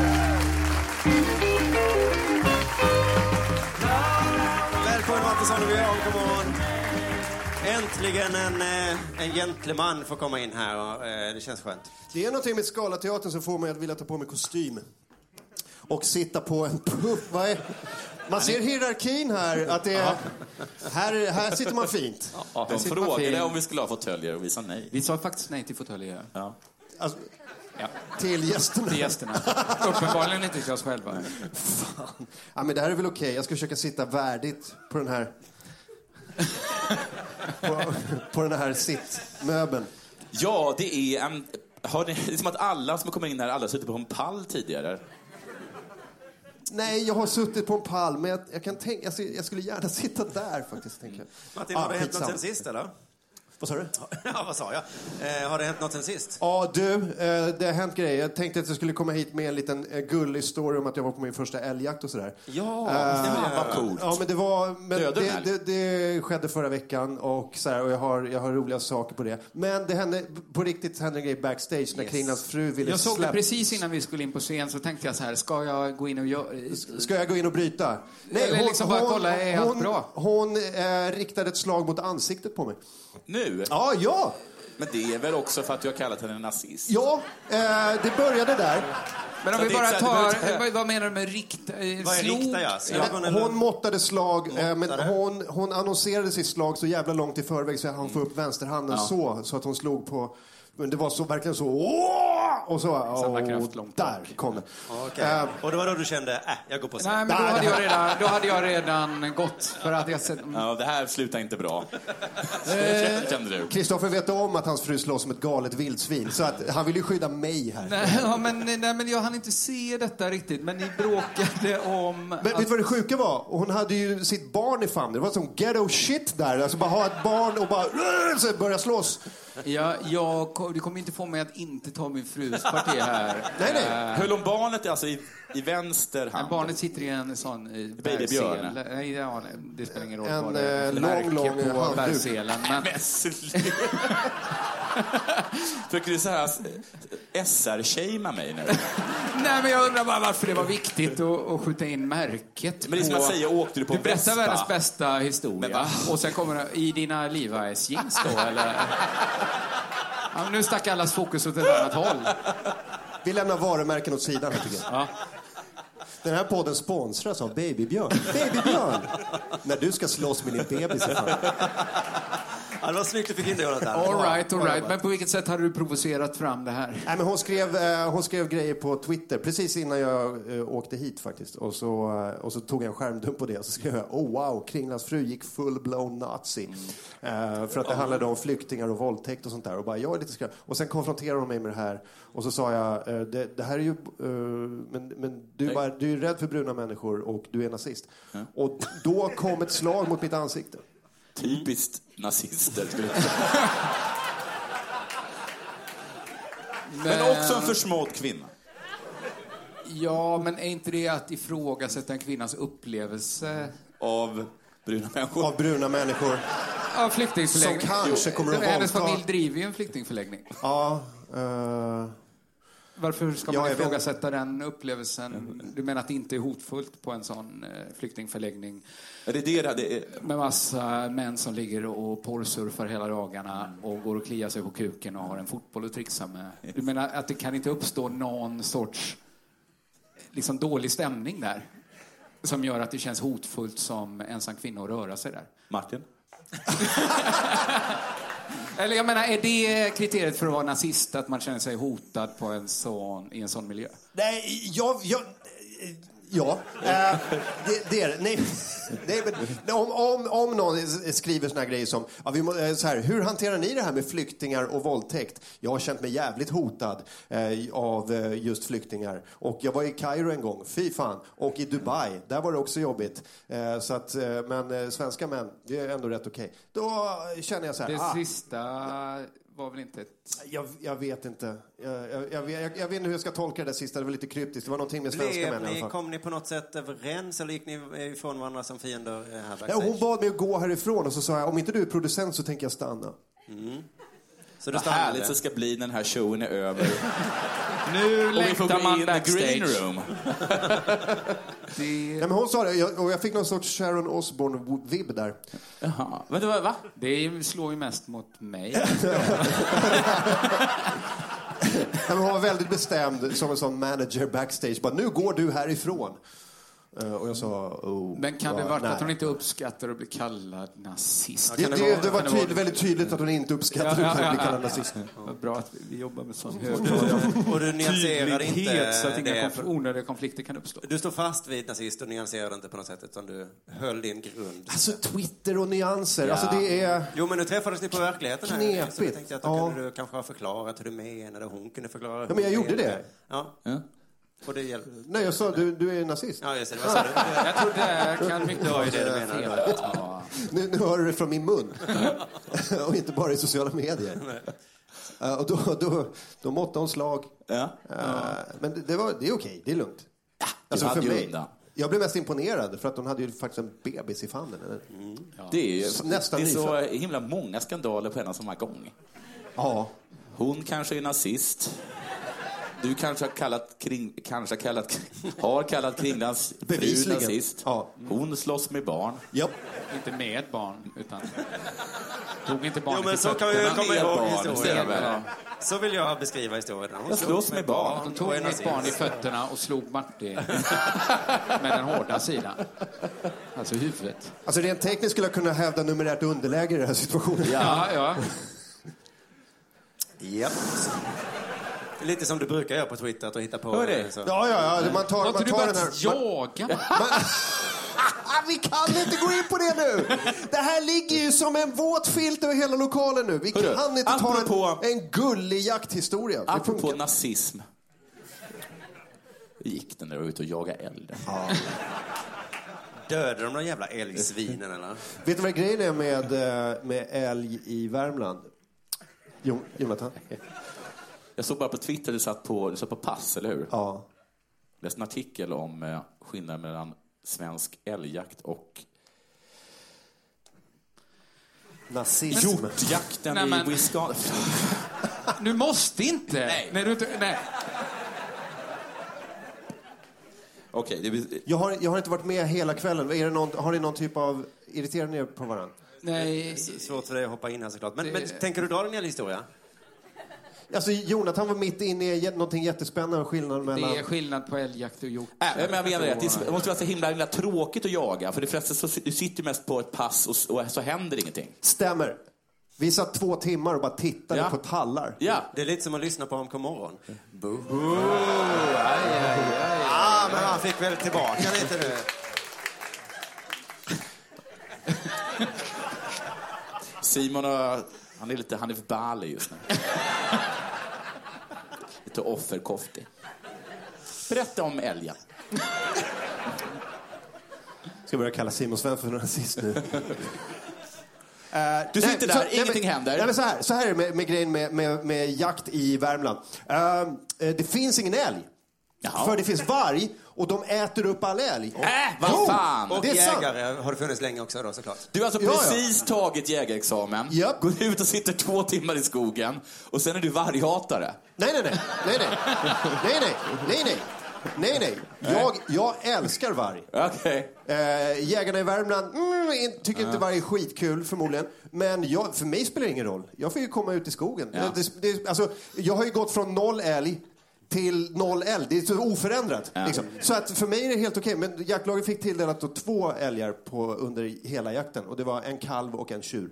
F: Välkommen Martin Sonneby, och god morgon. Äntligen en, eh, en gentleman får komma in här och eh, det känns skönt.
B: Det är någonting med Scalateatern som får mig att vilja ta på mig kostym. Och sitta på en puff. Vad är- Man ser hierarkin här. Att det är... här, här sitter man fint.
I: Ja,
B: Här
I: de
B: sitter man fint.
I: frågade om vi skulle ha fåtöljer och vi sa nej.
H: Vi sa faktiskt nej till fåtöljer.
I: Ja.
B: Alltså, Till gästerna.
H: Till gästerna. Uppenbarligen inte till oss själva.
B: Fan. Ja, men det här är väl okej. Jag ska försöka sitta värdigt på den här... på, på den här sittmöbeln.
I: Ja, det är en... Har ni, det är som att alla som kommer in här, alla har suttit på en pall tidigare.
B: Nej, jag har suttit på en pall, men jag, jag, kan tänka, jag, skulle- jag skulle gärna sitta där faktiskt. Tänker jag.
F: Martin, har
B: Ah,
F: det hänt något
B: skitsamma.
F: sen sist eller?
B: Vad sa du?
F: Ja, vad sa jag? Eh, har det hänt något sen sist?
B: Ja, du, eh, det har hänt grejer. Jag tänkte att jag skulle komma hit med en liten eh, gullig story om att jag var på min första älgjakt och sådär.
F: Ja,
B: Eh,
F: vad coolt.
B: Ja, men det var... Men
F: Dödade du en
B: det,
F: älg?
B: det, det skedde förra veckan och, så här, och jag, har, jag har roliga saker på det. Men det hände, på riktigt hände en grej backstage när kvinnans fru ville
H: Jag såg det
B: släppa-
H: precis innan vi skulle in på scen så tänkte jag så här, ska jag gå in och göra...
B: Ska jag gå in och bryta?
H: Eller liksom bara kolla, är allt
B: hon,
H: bra?
B: Hon eh, riktade ett slag mot ansiktet på mig.
I: Nu?
B: Ja, ja!
I: Men det är väl också för att du har kallat henne nazist?
B: Ja, eh, det började där.
H: Men om vi bara tar, vad, vad menar du med rikta? eh,
I: Vad är
H: slog?
I: rikta, ja?
B: Eh, Hon måttade slag, eh, men hon, hon annonserade sitt slag så jävla långt i förväg så han får upp vänsterhanden
I: Ja.
B: så, så att hon slog på... Men det var så, verkligen så... Åh! Och så...
F: Samma kraft
B: Och där kom det. Ehm.
F: Okej. Och det var då du kände, äh, jag går på scen.
H: Nej, men då hade, jag redan, då hade jag redan gått för att jag sett...
I: Ja, det här slutar inte bra.
H: Eh,
I: Kände- Kände du?
B: Kristoffer vet om att hans fru slåss som ett galet vildsvin så att han vill ju skydda mig här.
H: Nej, ja, men, nej, men jag hann inte se detta riktigt, men ni bråkade om...
B: Men vet du vad det sjuka var? Hon hade ju sitt barn i famnen. Det var som ghetto shit där. Alltså bara ha ett barn och bara "Rrr!" så börja slåss.
H: Ja, jag, ko- du kommer inte få mig att inte ta min frus parti här.
B: Nej, nej.
H: Eh,
I: Höll om barnet alltså i, i vänster hand?
H: Barnet sitter i en sån... eh,
I: Babybjörn.
H: bergsel. Nej, ja, nej, det spelar ingen roll.
B: En,
H: vad det är.
B: eh,
H: Ett
B: lång,
H: märke
B: lång
H: på
B: handduk.
H: bergselen. Men...
I: Försöker du så här eh, SR-shamea mig nu?
H: Nej, men jag undrar bara varför det var viktigt att, att skjuta in märket
I: Men det är som
H: på-
I: att säga, åkte du på
H: Du berättar
I: Vespa?
H: världens bästa historia och sen kommer det i dina Levi's-jeans då, eller? Ja, men nu stack allas fokus åt ett annat håll.
B: Vi lämnar varumärken åt sidan här, tycker jag. Den här podden sponsras av Babybjörn. Babybjörn! När du ska slåss med din bebis i famnen.
F: Ja, det var snyggt du fick in det Jonathan.
H: All right, all right. Men på vilket sätt hade du provocerat fram det här?
B: Nej, men hon, skrev, eh, hon skrev grejer på Twitter precis innan jag eh, åkte hit faktiskt. Och så, eh, och så tog jag en skärmdump på det och så skrev jag oh wow, Kringlas fru gick full-blown nazi. Eh, för att det handlade om flyktingar och våldtäkt och sånt där. Och, bara, jag är lite skrämd. och sen konfronterade hon mig med det här och så sa jag eh, det, det här är ju, eh, men, men du, är bara, du är ju rädd för bruna människor och du är nazist. Och då kom ett slag mot mitt ansikte.
I: Typiskt nazister. skulle jag säga. Men också en försmådd kvinna.
H: Ja, men är inte det att ifrågasätta en kvinnas upplevelse
I: Av bruna människor.
B: Av bruna människor.
H: av flyktingförläggning?
B: Som kanske kommer att
H: Hennes
B: våldta-
H: familj driver ju en flyktingförläggning.
B: Ja, eh,
H: Varför ska
S: Ja,
H: man
S: jag vet.
H: ifrågasätta den upplevelsen? Du menar att det inte är hotfullt på en sån eh, flyktingförläggning?
I: Är det det där? Det är...
H: Med massa män som ligger och porrsurfar hela dagarna och går och kliar sig på kuken och har en fotboll att trixa med. Du menar att det kan inte uppstå någon sorts liksom dålig stämning där? Som gör att det känns hotfullt som ensam kvinna att röra sig där?
I: Martin?
H: Eller jag menar, är det kriteriet för att vara nazist? Att man känner sig hotad på en sån, i en sån miljö?
B: Nej, jag... jag ja, eh, det, det är det. Nej, nej, men, om, om, om någon s- skriver såna här grejer som ja, vi må, eh, så här, Hur hanterar ni det här med flyktingar och våldtäkt? Jag har känt mig jävligt hotad eh, av eh, just flyktingar. Och jag var i Kairo en gång, fy fan. Och i Dubai, där var det också jobbigt. Eh, så att, eh, men eh, svenska män, det är ändå rätt okej. Då känner jag så här...
H: Det
B: ah,
H: sista var väl inte ett...
B: Jag, jag vet inte. Jag, Eh, jag, jag, vet- jag, jag vet inte hur jag ska tolka det där sista. Det var lite kryptiskt. Det var någonting med svenska
K: Blev
B: män i alla
K: ni,
B: fall.
K: kom ni på något sätt överens eller gick ni ifrån varandra som fiender eh, här
B: Ja,
K: backstage?
B: hon bad mig att gå härifrån och så sa jag om inte du är producent så tänker jag stanna.
I: Mm.
K: Så
B: du
I: Vad
B: stannade?
I: härligt det ska bli när den här showen är över.
H: Nu
I: Och vi får
H: längtar
I: gå
H: man
I: in i
H: backstage.
I: green room.
B: Nej, men hon sa det jag, och jag fick någon sorts Sharon Osbourne-vibb där.
H: Jaha. Vänta, va- va? Det slår ju mest mot mig.
B: Nej, men hon var väldigt bestämd som en sån manager backstage. Bara, nu går du härifrån. Eh, och jag sa, oh,
H: Men kan det
B: va,
H: vara
B: nej.
H: att hon inte uppskattar att bli kallad nazist?
B: det, det, det var tydligt, väldigt tydligt att hon inte uppskattade att bli kallad nazist.
H: Vad bra att vi- vi jobbar med sån
K: Och du nyanserade inte
H: Tydlighet, så att inga
K: Eh, det.
H: konf- onödiga konflikter kan uppstå.
K: Du står fast vid nazist och nyanserade inte på något sätt utan du höll din grund.
B: Alltså Twitter och nyanser. Alltså det är...
K: Jo, men nu träffades ni på verkligheten här.
B: Knepigt.
K: Så jag tänkte att då
B: Ja.
K: kunde du kanske ha förklarat hur du menade och hon kunde förklara hur
B: Ja, men jag
K: hon
B: gjorde
K: menade.
B: det.
K: Ja. Och det hjälpte.
B: Nej, jag sa, du, du är nazist.
K: Ja, just det. Vad sa du?
H: Jag tror där kan mycket
K: Det var ju det du
H: vara
K: menade.
B: Nu, nu hör du det från min mun. och inte bara i sociala medier. Eh, och då, då, då måttade hon slag. Eh, Men det, det, var, det är okej, det är lugnt. Alltså,
I: hade
B: för
I: ju
B: mig,
I: undan.
B: jag blev mest imponerad för att hon hade ju faktiskt en bebis i famnen. eller?
I: Mm. Det är, ju,
B: S- Nästan
I: det är så
B: nyfödd.
I: himla många skandaler på en och samma gång.
B: Ja.
I: Hon kanske är nazist. Du kanske har kallat, kring, kanske har kallat, har kallat Kringlands fru
B: Bevisligen.
I: nazist. Hon slåss med barn.
H: Inte med barn, utan... Tog inte barnet
K: Jo, men
H: i
K: så kan vi
H: fötterna.
K: komma
H: Med
K: ihåg
H: barn,
K: historien.
H: med barn.
K: Så vill jag beskriva historien. Hon
H: Jag slåss med barn. Hon
K: och är
H: tog mitt
K: nazist.
H: barn i fötterna och slog Martin med den hårda sidan. Alltså huvudet.
B: Alltså rent tekniskt skulle jag kunna hävda numerärt underläge i den här situationen.
H: Ja, ja.
K: Japp. Lite som du brukar göra på Twitter, att du hittar på...
B: Hör det?
K: så.
B: Ja, ja, ja, man tar- Har man inte du tar börjat den här-
H: jaga?
B: Ah, vi kan inte gå in på det nu! Det här ligger ju som en våt filt över hela lokalen nu. Vi
I: Hörru,
B: kan inte
I: apropå-
B: ta en, en gullig jakthistoria. Det
I: Apropå nazism. Hur gick det när du var ute och jagade eld?
K: Dödade de de jävla älgsvinen eller?
B: Vet du vad grejen är med, eh, med älg i Värmland? Jo, Jonathan?
I: Jag såg bara på Twitter, du satt på, du satt på pass, eller hur?
B: Ja.
I: läste en artikel om eh, skillnaden mellan svensk älgjakt och
B: Nazism.
I: hjortjakten
H: Nej, men-
I: i Wisconsin.
H: Du måste inte! Nej. När du inte nej.
I: Okej,
B: jag, har, jag har inte varit med hela kvällen. Är det någon, har ni någon typ av... Irriterar ni er på varandra?
H: Nej.
K: Svårt för dig att hoppa in här såklart. Men,
B: Det-
K: men tänker du dra din historia?
B: Alltså, Jonathan var mitt inne i jä- någonting jättespännande. Skillnaden mellan...
H: Det är skillnad på älgjakt och hjort.
I: Äh, men jag menar det, att det är- det måste vara så himla, himla tråkigt att jaga, för det förresten så du sitter ju mest på ett pass och, s- och så händer ingenting.
B: Stämmer. Vi satt två timmar och bara tittade
I: Ja.
B: på tallar.
I: Ja.
K: Det är lite som att lyssna på AMK morgon. Boo.
B: Ah,
K: men han fick väl tillbaka lite nu.
I: Simon har, han är lite Hanif Bali just nu. lite offerkoftig. Berätta om älgen.
B: Ska börja kalla Simon Svensson för nazist nu.
I: Eh, Du sitter där, ingenting
B: men,
I: händer.
B: Nej, men så, här, så här är det med, med grejen med, med, med Ehm, jakt i Värmland. Eh, eh, det finns ingen älg. För det finns varg. Och och de äter upp all älg.
K: Äh,
B: Jo,
K: vad fan!
B: Det är sant.
K: har det funnits länge också då såklart.
I: Du har alltså
K: Ja, ja.
I: precis tagit jägarexamen, går ut och sitter två timmar i skogen och sen är du varghatare.
B: Nej, nej, nej. Nej, nej. Nej, nej. Nej, nej. Nej, nej. Jag, jag älskar varg.
I: Okej.
B: Eh, jägarna i Värmland mm, in- tycker inte
I: Ja.
B: varg är skitkul förmodligen. Men jag, för mig spelar det ingen roll. Jag får ju komma ut i skogen. Det, det, alltså, jag har ju gått från noll älg till noll älg. Det är så oförändrat. Liksom. Så att för mig är det helt okej. Men jaktlaget fick tilldelat då två älgar på, under hela jakten. Och det var en kalv och en tjur.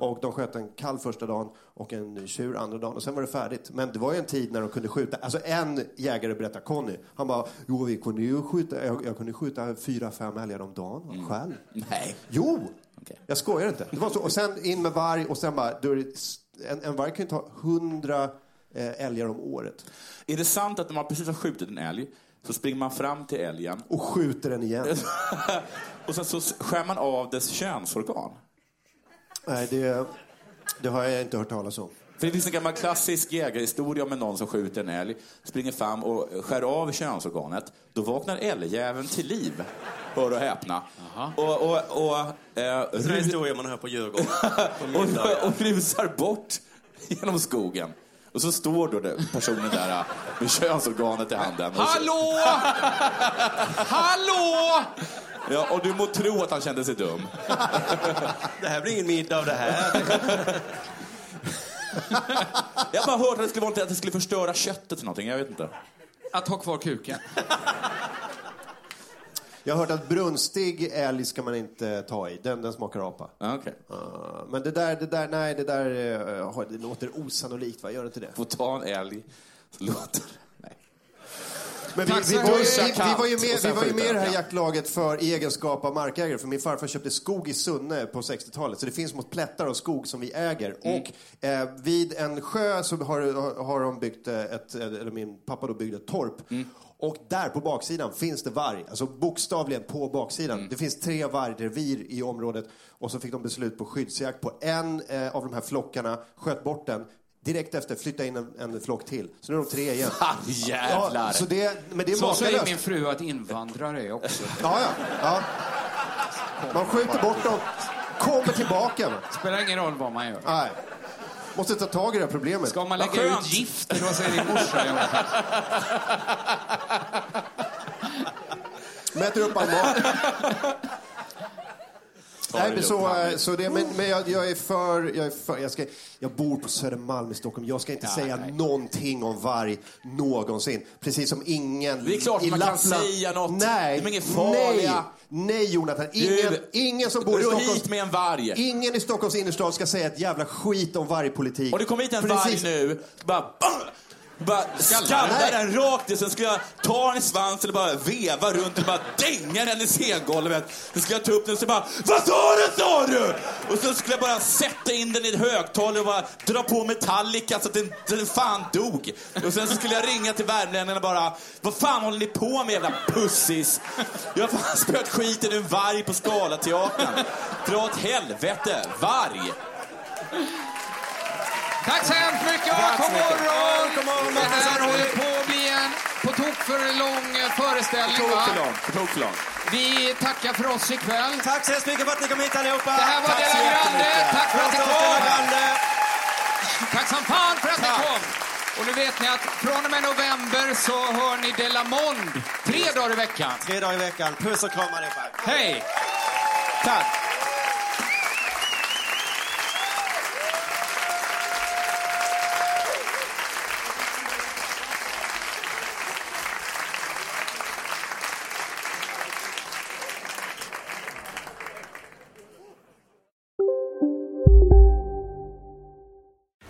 B: Och de sköt en kalv första dagen och en tjur andra dagen. Och sen var det färdigt. Men det var ju en tid när de kunde skjuta. Alltså en jägare berättar, Conny, han bara, jo vi kunde ju skjuta, jag, jag kunde skjuta fyra, fem älgar om dagen själv.
I: Nej.
B: Jo! Jag skojar inte. Det var så. Och sen in med varg och sen bara, då är det, s- en, en varg kan ju ta hundra eh, älgar om året.
I: Är det sant att när man precis har skjutit en älg så springer man fram till älgen
B: Och skjuter den igen.
I: och sen så skär man av dess könsorgan?
B: Nej, det, det har jag inte hört talas om.
I: För det finns en gammal klassisk jägarhistoria med någon som skjuter en älg, springer fram och skär av könsorganet. Då vaknar älgjäveln till liv. Hör och häpna. Och, och, och, eh,
K: Sådana
I: rus-
K: historier man hör på Djurgården.
I: och, och rusar bort genom skogen. Och så står då det- personen där eh, med könsorganet i handen. Och,
M: Hallå! Hallå!
I: ja, och du må tro att han kände sig dum.
K: Det här blir ingen middag av det här.
I: Jag har bara hört att det skulle, vara, att det skulle förstöra köttet för någonting. Jag vet inte.
M: Att ha kvar kuken.
B: Jag har hört att brunstig älg ska man inte ta i. Den, den smakar apa. Ah,
I: Okay.
B: men det där, det där, nej, det där eh, har- det låter osannolikt. Va? Gör inte det?
I: Får ta en älg så låter Nej.
B: Men vi,
I: Tack så
B: vi,
I: mycket.
B: var ju,
I: Duscha
B: vi, vi var ju
I: kallt
B: med,
I: och sen
B: vi var ju med i
I: skjuta.
B: det här
I: Ja.
B: jaktlaget för i egenskap av markägare. För min farfar köpte skog i Sunne på 60-talet. Så det finns mot plättar av skog som vi äger.
M: Mm.
B: Och eh, vid en sjö så har, har de byggt eh, ett, eller min pappa då byggde ett torp.
M: Mm.
B: Och där på baksidan finns det varg. Alltså bokstavligen på baksidan.
M: Mm.
B: Det finns tre vargrevir i området. Och så fick de beslut på skyddsjakt på en eh, av de här flockarna. Sköt bort den. Direkt efter flyttade in en, en flock till. Så nu är de tre igen.
M: Jävlar.
B: Ja, så det, men det är
M: Så säger
B: makalöst.
M: min fru att invandrare är också.
B: Ja, ja, ja. Man skjuter bort dem, kommer tillbaka. va?
M: Spelar ingen roll vad man gör.
B: Nej. Måste ta tag i det här problemet.
M: Ska man lägga ut gift eller vad säger din morsa? Johan?
B: Mäter upp all mat. Nej, men så,
I: lugnt,
B: eh, så det, men, men jag, jag är för... Jag, är för jag, ska, jag bor på Södermalm i Stockholm. Jag ska inte säga någonting om varg någonsin. Precis som ingen
I: Det är klart
B: i
I: man kan
B: Lappland-
I: säga något.
B: Nej,
I: De är ingen farliga.
B: nej, nej Jonathan. Ingen,
I: Du,
B: ingen som bor i
I: rå
B: Stockholms...
I: hit med en varg.
B: Ingen i Stockholms innerstad ska säga ett jävla skit om vargpolitik.
I: Om det kommer hit en
B: Precis.
I: varg nu, bara... bang! Bara skalla
B: Nej.
I: den rakt i, sen ska jag ta den i svansen och bara veva runt och bara dänga den i scengolvet. Sen ska jag ta upp den och så bara Vad sa du, sa du? Och sen skulle jag bara sätta in den i ett högtalare och bara dra på Metallica så att den, den fan dog. Och sen så skulle jag ringa till värmlänningarna och bara Vad fan håller ni på med jävla pussis? Jag har fan spöat skiten ur en varg på Scalateatern. Dra åt helvete, varg!
M: Tack så hemskt mycket och
I: Tack
M: god
I: så mycket.
M: morgon!
I: God morgon,
M: Det här
I: Mattias.
M: håller på att bli en på tok för lång eh,
I: På
M: föreställning
I: tok för
M: va?
I: långt, på tok för långt.
M: Vi tackar för oss ikväll.
K: Tack så hemskt mycket för att ni kom hit allihopa.
M: Det här var
K: Tack så
M: Dela Grande.
K: jättemycket.
M: Tack för att ni
K: Bra start, Dela
M: kom.
K: Grande.
M: Tack som fan för att ni kom. Och nu vet ni att från och med november så hör ni Delamond tre dagar i veckan.
K: Tre dagar i veckan. Puss och kram allihopa.
M: Hej!
K: Tack.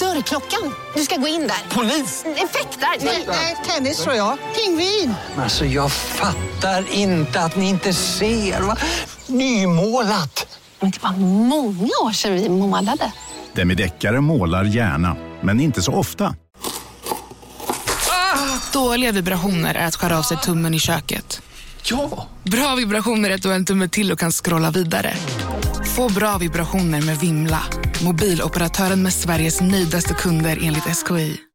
P: Dörrklockan. Du ska gå in där. Polis? Effektar? Nej, nej, tennis tror jag. Pingvin.
T: Alltså jag fattar inte att ni inte ser. Va? Nymålat!
P: Men det var många år sedan vi målade.
A: Demideckare målar gärna, men inte så ofta.
P: Ah!
T: Dåliga vibrationer är att skära av sig tummen i köket.
U: Ja!
T: Bra vibrationer är att du har en tumme till och kan scrolla vidare. Få bra vibrationer med Vimla. Mobiloperatören med Sveriges nöjdaste kunder enligt SKI.